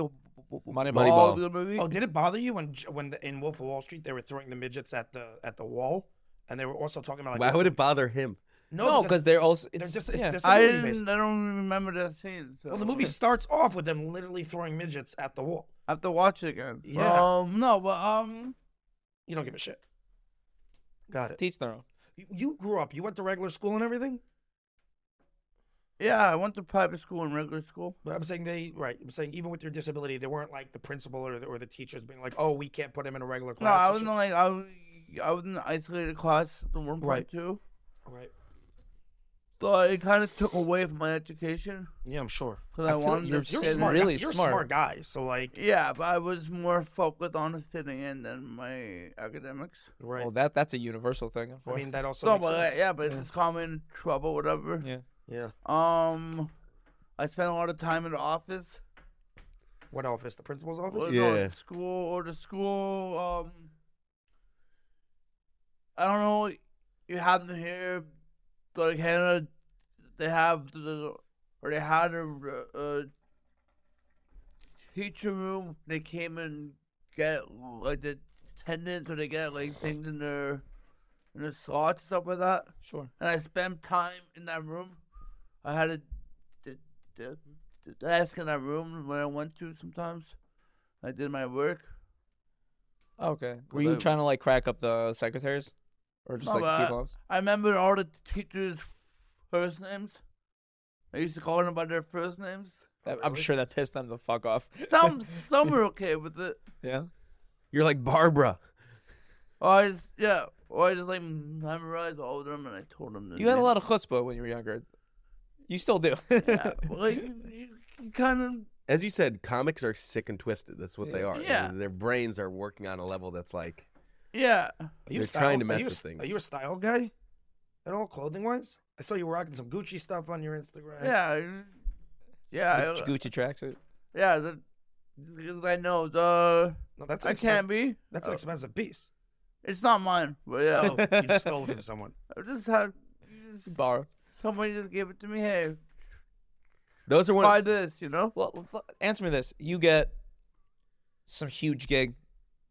Moneyball. Ball, good movie. Oh, did it bother you when when the, in Wolf of Wall Street they were throwing the midgets at the at the wall, and they were also talking about like Why would it bother him? No, 'cause they're also- they're it's- just yeah. it's I disability didn't. based. I don't remember that scene. So. Well, the movie starts off with them literally throwing midgets at the wall. I have to watch it again. Yeah. Um, no, but um, You don't give a shit. Got it. Teach their own. You, you grew up. You went to regular school and everything. yeah, I went to private school and regular school. But I'm saying they right. I'm saying even with your disability, they weren't like the principal or the, or the teachers being like, "Oh, we can't put him in a regular No, I class." was in like I was, I was in an isolated class the one Right. point two. Right. So it kind of took away from my education Yeah, I'm sure. because I I, feel like wanted you're- to You're fit smart. in. really you're smart. a smart guy. So like, Yeah, but I was more focused on fitting in than my academics. right. Well, that that's a universal thing. I unfortunately. mean, that also. So, makes but uh, sense. yeah, but it's common trouble, whatever. Yeah. Yeah. Um, I spent a lot of time in the office. What office? The principal's office? Or no, Yeah. school or the school. Um, I don't know. You have them here, like Canada. They have the or they had a, uh teacher room. They came and get like the attendants, or they get like things in their in their slots stuff like that. Sure. And I spent time in that room. I had a the, the, the desk in that room when I went to sometimes. I did my work. Okay. Were you that- trying to like crack up the secretaries, or just No, but like people else? I remember all the teachers' first names. I used to call them by their first names. That, I'm sure that pissed them the fuck off. Some some were okay with it. Yeah. You're like Barbara. Or I just, yeah, or I just like memorized all of them and I told them. You had a lot of chutzpah when you were younger. You still do. yeah, but, like you, you- you kind of As you said, comics are sick and twisted. That's what they are. Yeah. Their brains are working on a level that's like yeah. Are you a They're trying to are mess you a with s- things. Are you a style guy at all, clothing wise? I saw you were rocking some Gucci stuff on your Instagram. Yeah, I- yeah, I- Gucci, Gucci tracksuit. yeah. The, because I know the no, that's an I expen- can't Oh. be. That's Oh. an expensive piece. It's not mine, but yeah, Oh, you just stole it from someone. I just had just, Borrow. somebody just gave it to me. Hey, those are one buy this, you know. Well, well, fu- answer me this: You get some huge gig.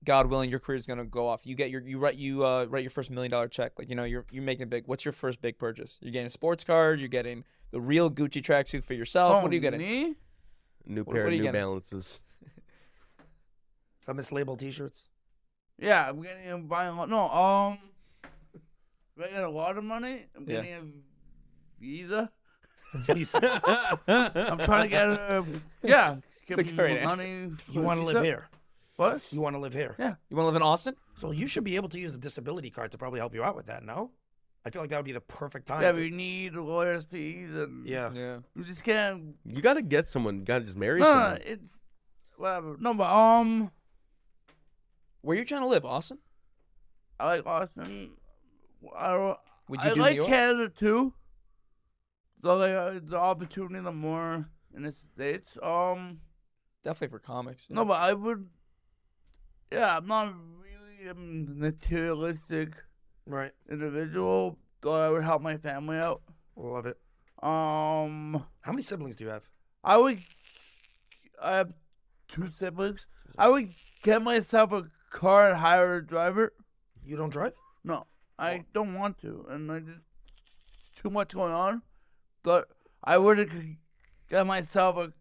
God willing, your career is gonna go off. You get your you write you uh, write your first million dollar check. Like you know you're you're making it big. What's your first big purchase? You're getting a sports car. You're getting the real Gucci tracksuit for yourself. Oh, what are you getting? Oh, Me? new What- pair of what are you New getting? Balances. Some mislabeled T-shirts. Yeah, I'm getting a buying lot. No, um, if I got a lot of money. I'm Yeah. getting a visa. Visa. I'm trying to get a yeah. Give It's a great me answer. money. for you a want to live visa. here? What? You want to live here? Yeah. You want to live in Austin? So you should be able to use the disability card to probably help you out with that. No, I feel like that would be the perfect time. Yeah, to- we need lawyers' fees and yeah. Yeah. we just can't. You got to get someone. You got to just marry No, no, someone. it's whatever. No, but um, Where you trying to live, Austin? I like Austin. I, Would you I do like New York? Canada too. So like uh, the opportunity, the more in the states. Um, Definitely for comics. no, but I would. Yeah, I'm not really a materialistic Right. individual. Though I would help my family out. Love it. Um, How many siblings do you have? I would. I have two siblings. I would get myself a car and hire a driver. You don't drive? No, I don't want to, and I just too much going on. But I would have got myself a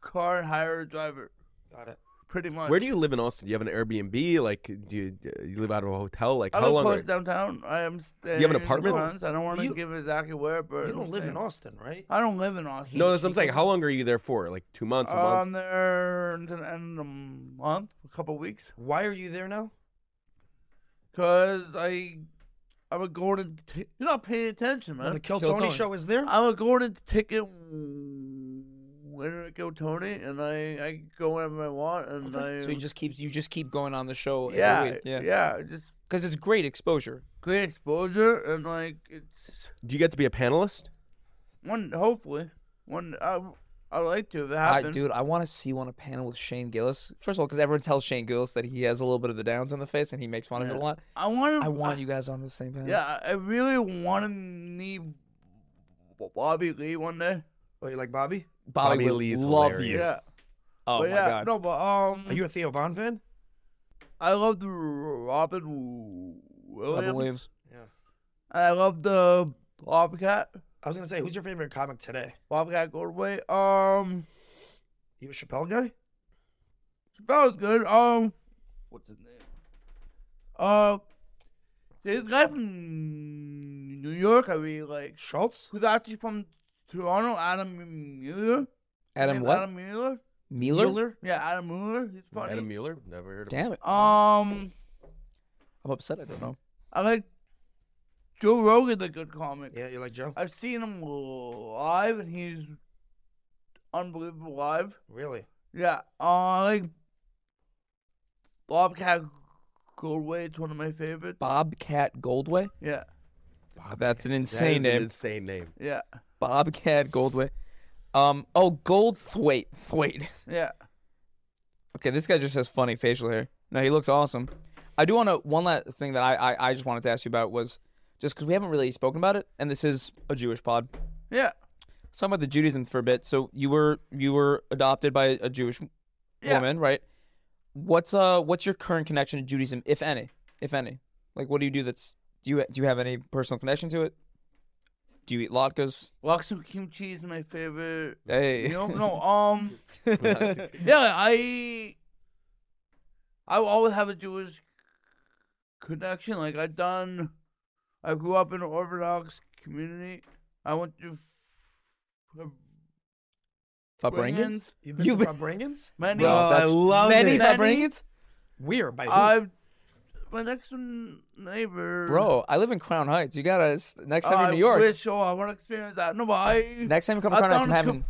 car and hire a driver, Got it. pretty much. Where do you live in Austin? Do you have an Airbnb? Like, do you, do you live out of a hotel? Like, I how live long? close Are, downtown. I am staying. you have an in apartment? Queens. I don't want to You- give exactly where, but You don't I'm live in staying. Austin, right? I don't live in Austin. no, that's what I'm saying. How long are you there for? Like two months, a month? I'm there until the end of the month, a couple weeks. Why are you there now? Cause I, I'm a golden. T- You're not paying attention, man. the Kill, Kill Tony, Tony. show is there. I'm a golden ticket winner at Go Tony, and I I go whenever I want, and I So you just keeps you just keep going on the show. every yeah week. yeah Yeah. yeah just Because it's great exposure. great exposure and like it's Do you get to be a panelist? one hopefully one I I like to if it I, happened. dude, I want to see one a panel with Shane Gillis. First of all, because everyone tells Shane Gillis that he has a little bit of the downs on the face, and he makes fun of it a lot. I want I want you guys on the same panel. yeah I really want to meet Bobby Lee one day. Oh, you like Bobby? Bobby, Bobby would Lee's love you. hilarious. Yeah. Oh but my yeah, god. No, but um, Are you a Mm. Theo Vaughn fan? I love the Robin Robin Williams. Williams. And I love the Bobcat. I was gonna say, who's your favorite comic today? Bobcat Goldway. Um, You a Chappelle guy? Chappelle's good. Um, what's his name? Uh, this guy from New York. I really like. Schultz? Who's actually from Toronto? Adam Mueller. Adam Name's what? Adam Mueller. Mueller? Yeah, Adam Mueller. He's funny. Adam Mueller? Never heard of him. Damn it. um, I'm upset I don't know. I like Joe Rogan's a good comic. Yeah, you like Joe? I've seen him live, and he's unbelievable live. Really? Yeah, uh, I like Bobcat Goldway. It's one of my favorites. Bobcat Goldway? Yeah, That's an That insane is an name. insane name. yeah. Bobcat Goldway. Um. Oh, Goldthwait. Thwait. Yeah. Okay, this guy just has funny facial hair. No, he looks awesome. I do want to one last thing that I, I I just wanted to ask you about was just because we haven't really spoken about it, and this is a Jewish pod. Yeah. Let's talk about the Judaism for a bit. So you were you were adopted by a Jewish Yeah. woman, right? What's uh what's your current connection to Judaism, if any, if any? Like, what do you do? That's do you do you have any personal connection to it? Do you eat latkes? Lox and kimchi is my favorite. Hey, You know, no, um, yeah, I, I will always have a Jewish connection. Like I've done, I grew up in an Orthodox community. I went to Fabringans. You've been You've to been- Fabringans? Many, uh, Bro, I that's love many Oh, it. Fabringans. Weird. By who? I've Uh, my next n- neighbor, Bro, I live in Crown Heights. You gotta s- next time I you're in New York. Wish, oh, I want to experience that. No, but I Next time you come to I Crown Heights, I'm found a having.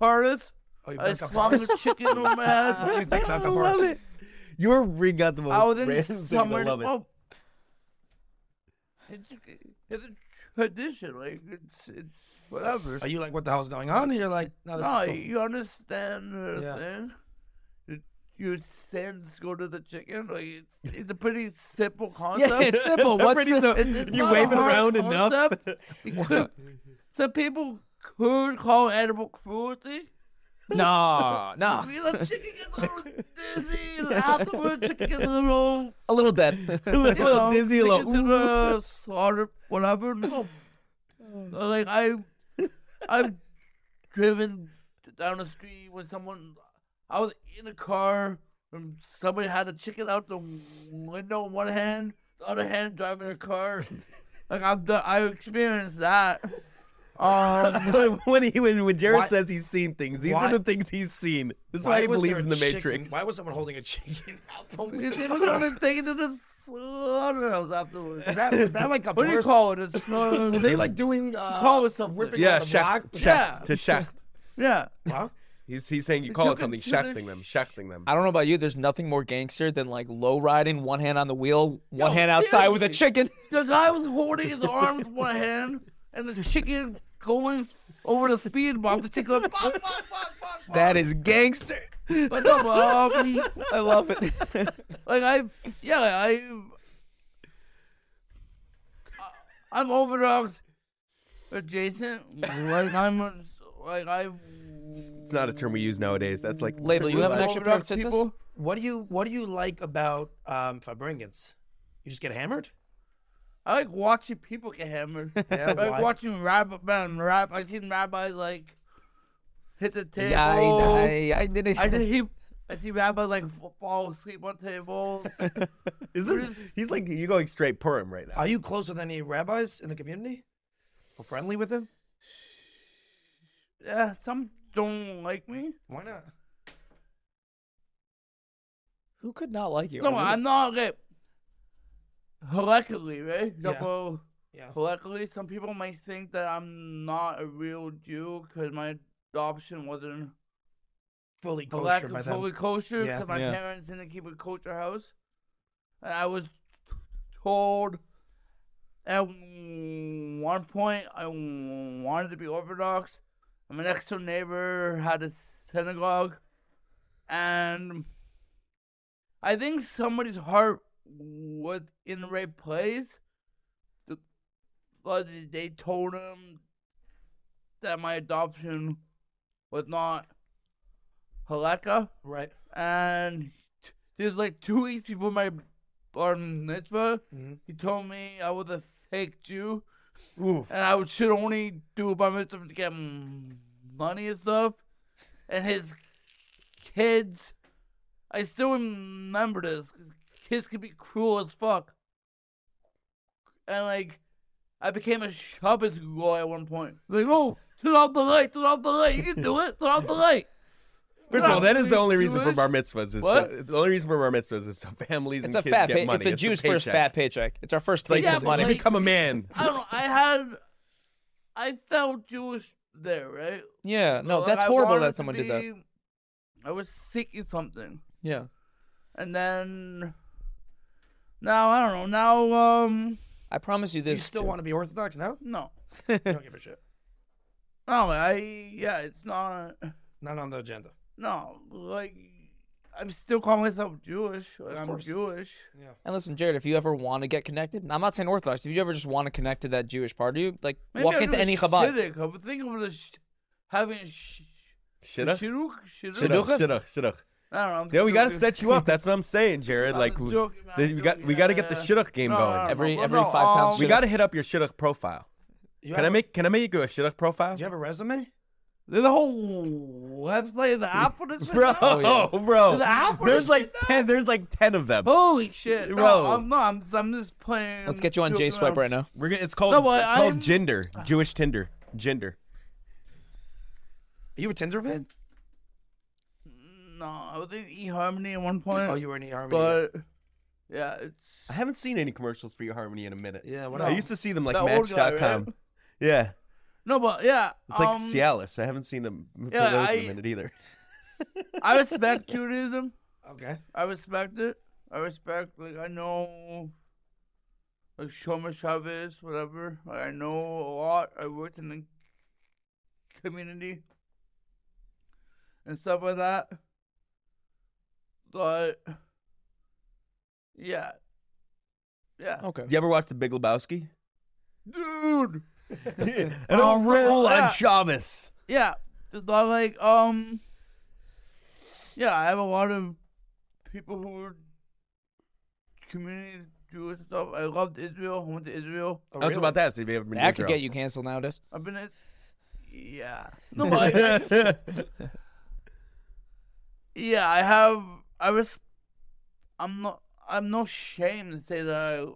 Paris. oh, you've I been to swung Paris? a chicken over my head. You've been to I love Paris. it. Your ring got the most I was in oh, random thing. I summer. love it. Well, it's, it's a tradition, like it's it's whatever. Are you like, what the hell's going on? And you're like, no, this no, is cool. you understand the Yeah. thing. You- You sends go to the chicken. Like it's, it's a pretty simple concept. Yeah, it's simple. What's Pretty the? simple. It's- it's You not a wave it around hard enough. concept. You could- Some people could call animal cruelty. No, no, We love chicken gets a little dizzy, and afterwards chicken gets a little a little dead. you know, dizzy, little slaughter, whatever. No. like I, I've driven down the street when someone, I was in a car and somebody had a chicken out the window in one hand, the other hand driving a car. like I've done, I experienced that. Um, when he when, when Jared Why- says he's seen things, these why- are the things he's seen. This is why, he was there believes a in the chicken- Matrix. Why was someone holding a chicken out the window? because they were gonna take it to the slaughterhouse afterwards. Is that, is that like a what do you verse- call it? It's not, Were they like doing uh, call it something. ripping yeah, out the block? shaft, shaft Yeah. to shaft. yeah. Huh? He's he's saying you call it took it something, to the shafting them, shafting them. I don't know about you. There's nothing more gangster than like low riding, one hand on the wheel, Yo, one hand outside with a chicken. The guy was holding his arm with one hand, and the chicken going over the speed bump. The chicken like, "Bop, bop, bop, bop, bop." That is gangster. But no, but, um, I love it. like I, yeah, I, I'm Orthodox adjacent. Like I'm, a- like I. It's not a term we use nowadays. That's like Label, you have an extra pair of Orthodox tits? people. What do you What do you like about um, Fabringans? You just get hammered. I like watching people get hammered. I like why? watching rabbi man rap. I've seen rabbis like hit the table. Yeah, I, I, I did it. I see he, I see Rabbi like f- fall asleep on tables. Is it, he's like you're going straight Purim right now. Are you close with any rabbis in the community? Or friendly with them? yeah, some don't like me. Why not? Who could not like you? I No, mean, I'm not okay. Collectively, right? Yeah. So, Yeah. collectively, some people might think that I'm not a real Jew because my adoption wasn't Fully kosher collect- by totally them. kosher Yeah. because my Yeah. parents didn't keep a kosher house, and I was told at one point I wanted to be Orthodox. And my next door neighbor had a synagogue, and I think somebody's heart was in the right place. The- But they told him that my adoption was not halakha Right. and t- there's like two weeks before my bar mitzvah, Mhm. he told me I was a fake Jew Oof. and I would- should only do a bar mitzvah to get m- money and stuff. And his kids, I still remember this. 'cause Kids can be cruel as fuck. And like, I became a Shabbos guy at one point. Like, oh, turn off the light, turn off the light. You can do it. Turn off the light. First of all, that is the only reason for Jewish? bar mitzvahs. Is What? so, the only reason for bar mitzvahs is so families and it's a kids fat. get Pay- money. it's a Jew's first paycheck. fat paycheck. It's our first taste Yeah, of but money. like- Become a man. I don't know. I had, I felt Jewish there, right? yeah, no, Like, that's I horrible wanted that to someone did that. be- I was seeking something, Yeah, and then now I don't know. Now, um, I promise you Do this. you still Joe. want to be Orthodox now? no, You don't give a shit. No, I yeah, it's not. Not on the agenda. No, like I'm still calling myself Jewish. Like, I'm course. Jewish. And listen, Jared, if you ever want to get connected, and I'm not saying Orthodox, if you ever just want to connect to that Jewish part of you, like Maybe walk I'll into do a any Chabad. shidduch. I'm thinking of the sh- having a sh- Shidduch? shidduch, shidduch. Shidduch, shidduch, shidduch. I don't know. I'm Yeah, we gotta joking. set you up. That's what I'm saying, Jared. I'm Like we, joking, man, th- I'm we got joking. we Yeah, gotta yeah, get the yeah. shidduch game No, no, going. no, Every- no, every no, five um, pounds We gotta hit up your shidduch profile. You have Can I a- make can I make you a shidduch profile? Do you have a resume? There's a whole website of the app for this shit Bro, now? Oh, bro. There's Oh, an app for There's this like shit now? ten. There's like ten of them. Holy shit! Bro. No, I'm, no, I'm, I'm just playing. Let's get you on J Swipe right now. We're gonna, it's called No, but it's called I'm- Jinder, Jewish Tinder, Jinder. Are you a Tinder vid? No, I was in eHarmony at one point. Oh, you were in the army. but yeah, it's I haven't seen any commercials for eHarmony in a minute. yeah, what I else? used to see them like That old guy, Match.com. right? Yeah, no, but yeah, it's like um, Cialis. I haven't seen them for yeah, those in I- a minute either. I respect Judaism. Okay. I respect it. I respect like I know like Shoma Chavez, whatever. Like, I know a lot. I worked in the community and stuff like that. But yeah. Yeah. Okay. You ever watch The Big Lebowski? Dude. and a roll Um, yeah. on Shabbos. Yeah. Just not like um Yeah, I have a lot of people who are community Jewish and stuff. I loved Israel. I went to Israel. Oh, I was about to ask if you ever been to That could Israel. get you canceled nowadays. I've been at Yeah. No but I, I- yeah, I have I was I'm not I'm no shame to say that I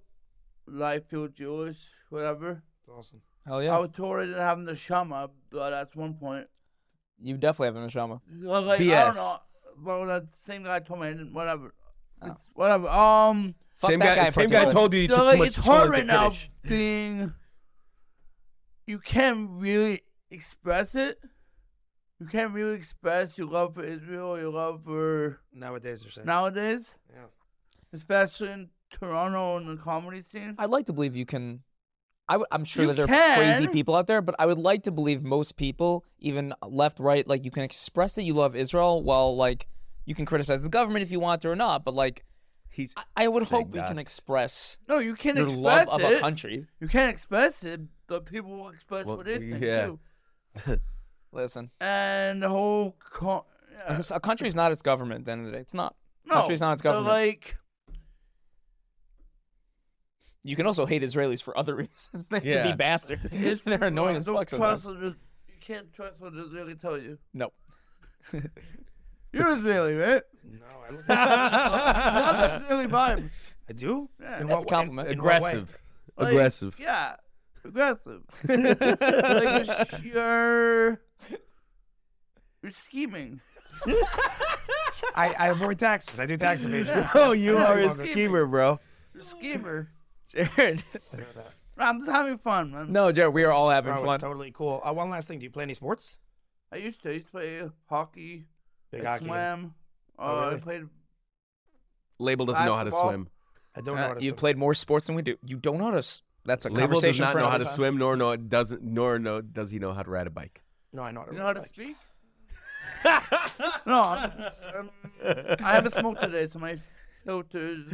I feel Jewish, whatever. That's awesome. Hell I yeah. was told I didn't have the shama, but at one point. You definitely have an neshama. Well, Like, I BS. don't know. Well, that same guy told me I didn't, whatever. It's whatever. Um, Fuck same that guy. guy. in Same guy particular. told you you so, took too like, much it's hard Torah right now Kiddush. being. You can't really express it. You can't really express your love for Israel, your love for Nowadays, they're saying. nowadays, Yeah. especially in Toronto and the comedy scene. I'd like to believe you can. I w- I'm sure You that there are crazy can. people out there, but I would like to believe most people, even left, right, like you can express that you love Israel while like you can criticize the government if you want to or not. But like, He's I, I would Saying hope we that. can express No, you can't your express love of it. a country. You can't express it, but people will express Well, what they think yeah. too. Listen, And the whole. Co- a yeah. Uh, s- a country's not its government. At the end of the day, it's not. No, country's not its but, government. Like, You can also hate Israelies for other reasons. They can Yeah. be bastards. It's They're annoying wrong. as Don't fuck trust sometimes. what Is- you can't trust what Israeli tell you. No. You're Israeli, right? No, I You have that Israeli vibe. I do. Yeah. In That's what way- compliment. in what way? aggressive. Like, Aggressive. Yeah, aggressive. like you're, sh- you're, you're scheming. I, I avoid taxes. I do tax evasion. Oh, you Yeah, are you a love it. schemer, bro. You're a schemer. Jared. I'm just having fun, man. No, Jared, we are all having Bro, fun. it's totally cool. Uh, one last thing. Do you play any sports? I used to. I used to play hockey. Big I hockey. swam. Oh, uh, really? I played. Label doesn't know how to Basketball. swim. I don't Uh, know how to you swim. played more sports than we do. You don't know how to. s- That's a Label does conversation not for know how another to time. swim, nor no doesn't, nor no does he know how to ride a bike. No, I know how to You know how to like- speak? no, I'm, I'm, I haven't smoked today, so my filters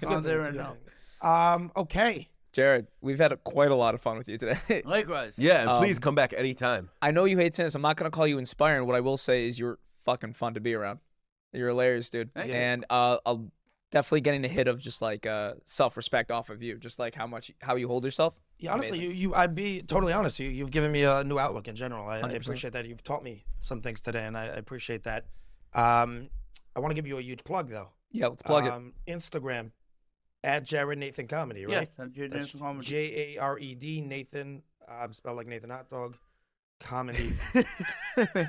on there right now. Um, okay. Jared, we've had a, quite a lot of fun with you today. Likewise. Yeah, and please Um, come back anytime. I know you hate tennis. I'm not going to call you inspiring. What I will say is you're fucking fun to be around. You're hilarious, dude. Thank you. And uh, I'll definitely getting a hit of just like uh, self respect off of you, just like how much how you hold yourself. Yeah, honestly, Amazing. you, you, I'd be totally honest. You, you've given me a new outlook in general. I, I appreciate that. You've taught me some things today, and I, I appreciate that. Um, I want to give you a huge plug, though. yeah, let's plug it. um, Instagram at Jared Nathan Comedy, Yes, right? that's your That's dance comedy. J A R E D Nathan. Um, spelled like Nathan Hot Dog. Comedy.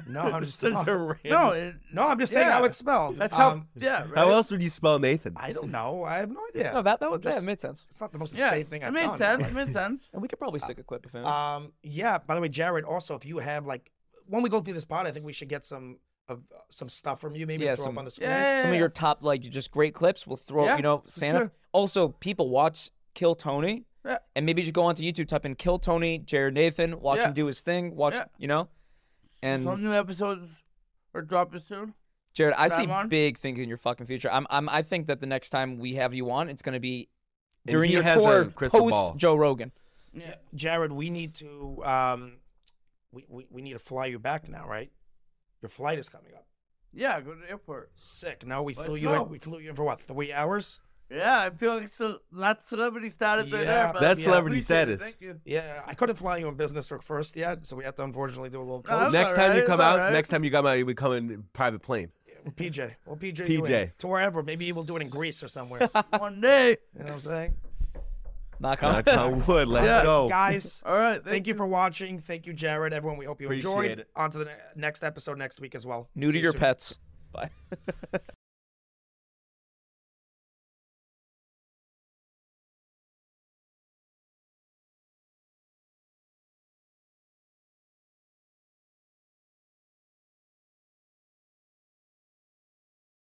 no, I'm just Such a no, random- no, it, I'm just saying how Yeah. it's spelled. that's how. Um, yeah, right. How else would you spell Nathan? I don't know. I have no idea. No, that that, was, just- that made sense. it's not the most yeah, insane thing it I've made done. sense. but- It made sense. And we could Uh, probably stick a clip of him. Um, yeah. By the way, Jared, also if you have like when we go through this pod, I think we should get some of some stuff from you, maybe Yeah, throw some- up on the screen. Yeah. some of your top like just great clips. We'll throw Yeah, you know for stand up. sure. Also, people watch Kill Tony. Yeah. And maybe just go onto YouTube, type in "Kill Tony Jared Nathan," watch Yeah. him do his thing. Watch, Yeah. you know. And Some new episodes are dropping soon. Jared, I see Grab on. big things in your fucking future. I'm, I'm, I think that the next time we have you on, it's gonna be And during he your has tour a crystal post ball. Joe Rogan. Yeah. Jared, we need to um, we, we we need to fly you back now, right? Your flight is coming up. Yeah, go to the airport. Sick. Now we Let's flew you go. in. We flew you in for what? Three hours? Yeah, I feel like so, not celebrity status Yeah. right there. But That's Yeah. celebrity appreciate it, status. Thank you. Yeah, I couldn't fly you in business or first yet, so we had to unfortunately do a little No, coach. that's next all time you right, come that's out, all right. next time you come out, you would come in private plane. PJ. Well, PJ. you PJ. in. to wherever. Maybe we'll do it in Greece or somewhere. you know One day. what I'm saying? Knock on. Knock on wood. Let's Yeah. go. Guys, All right. thank you for watching. Thank you, Jared. Everyone, we hope you enjoyed. Appreciate it. On to the ne- next episode next week as well. New See to you your soon. pets. Bye.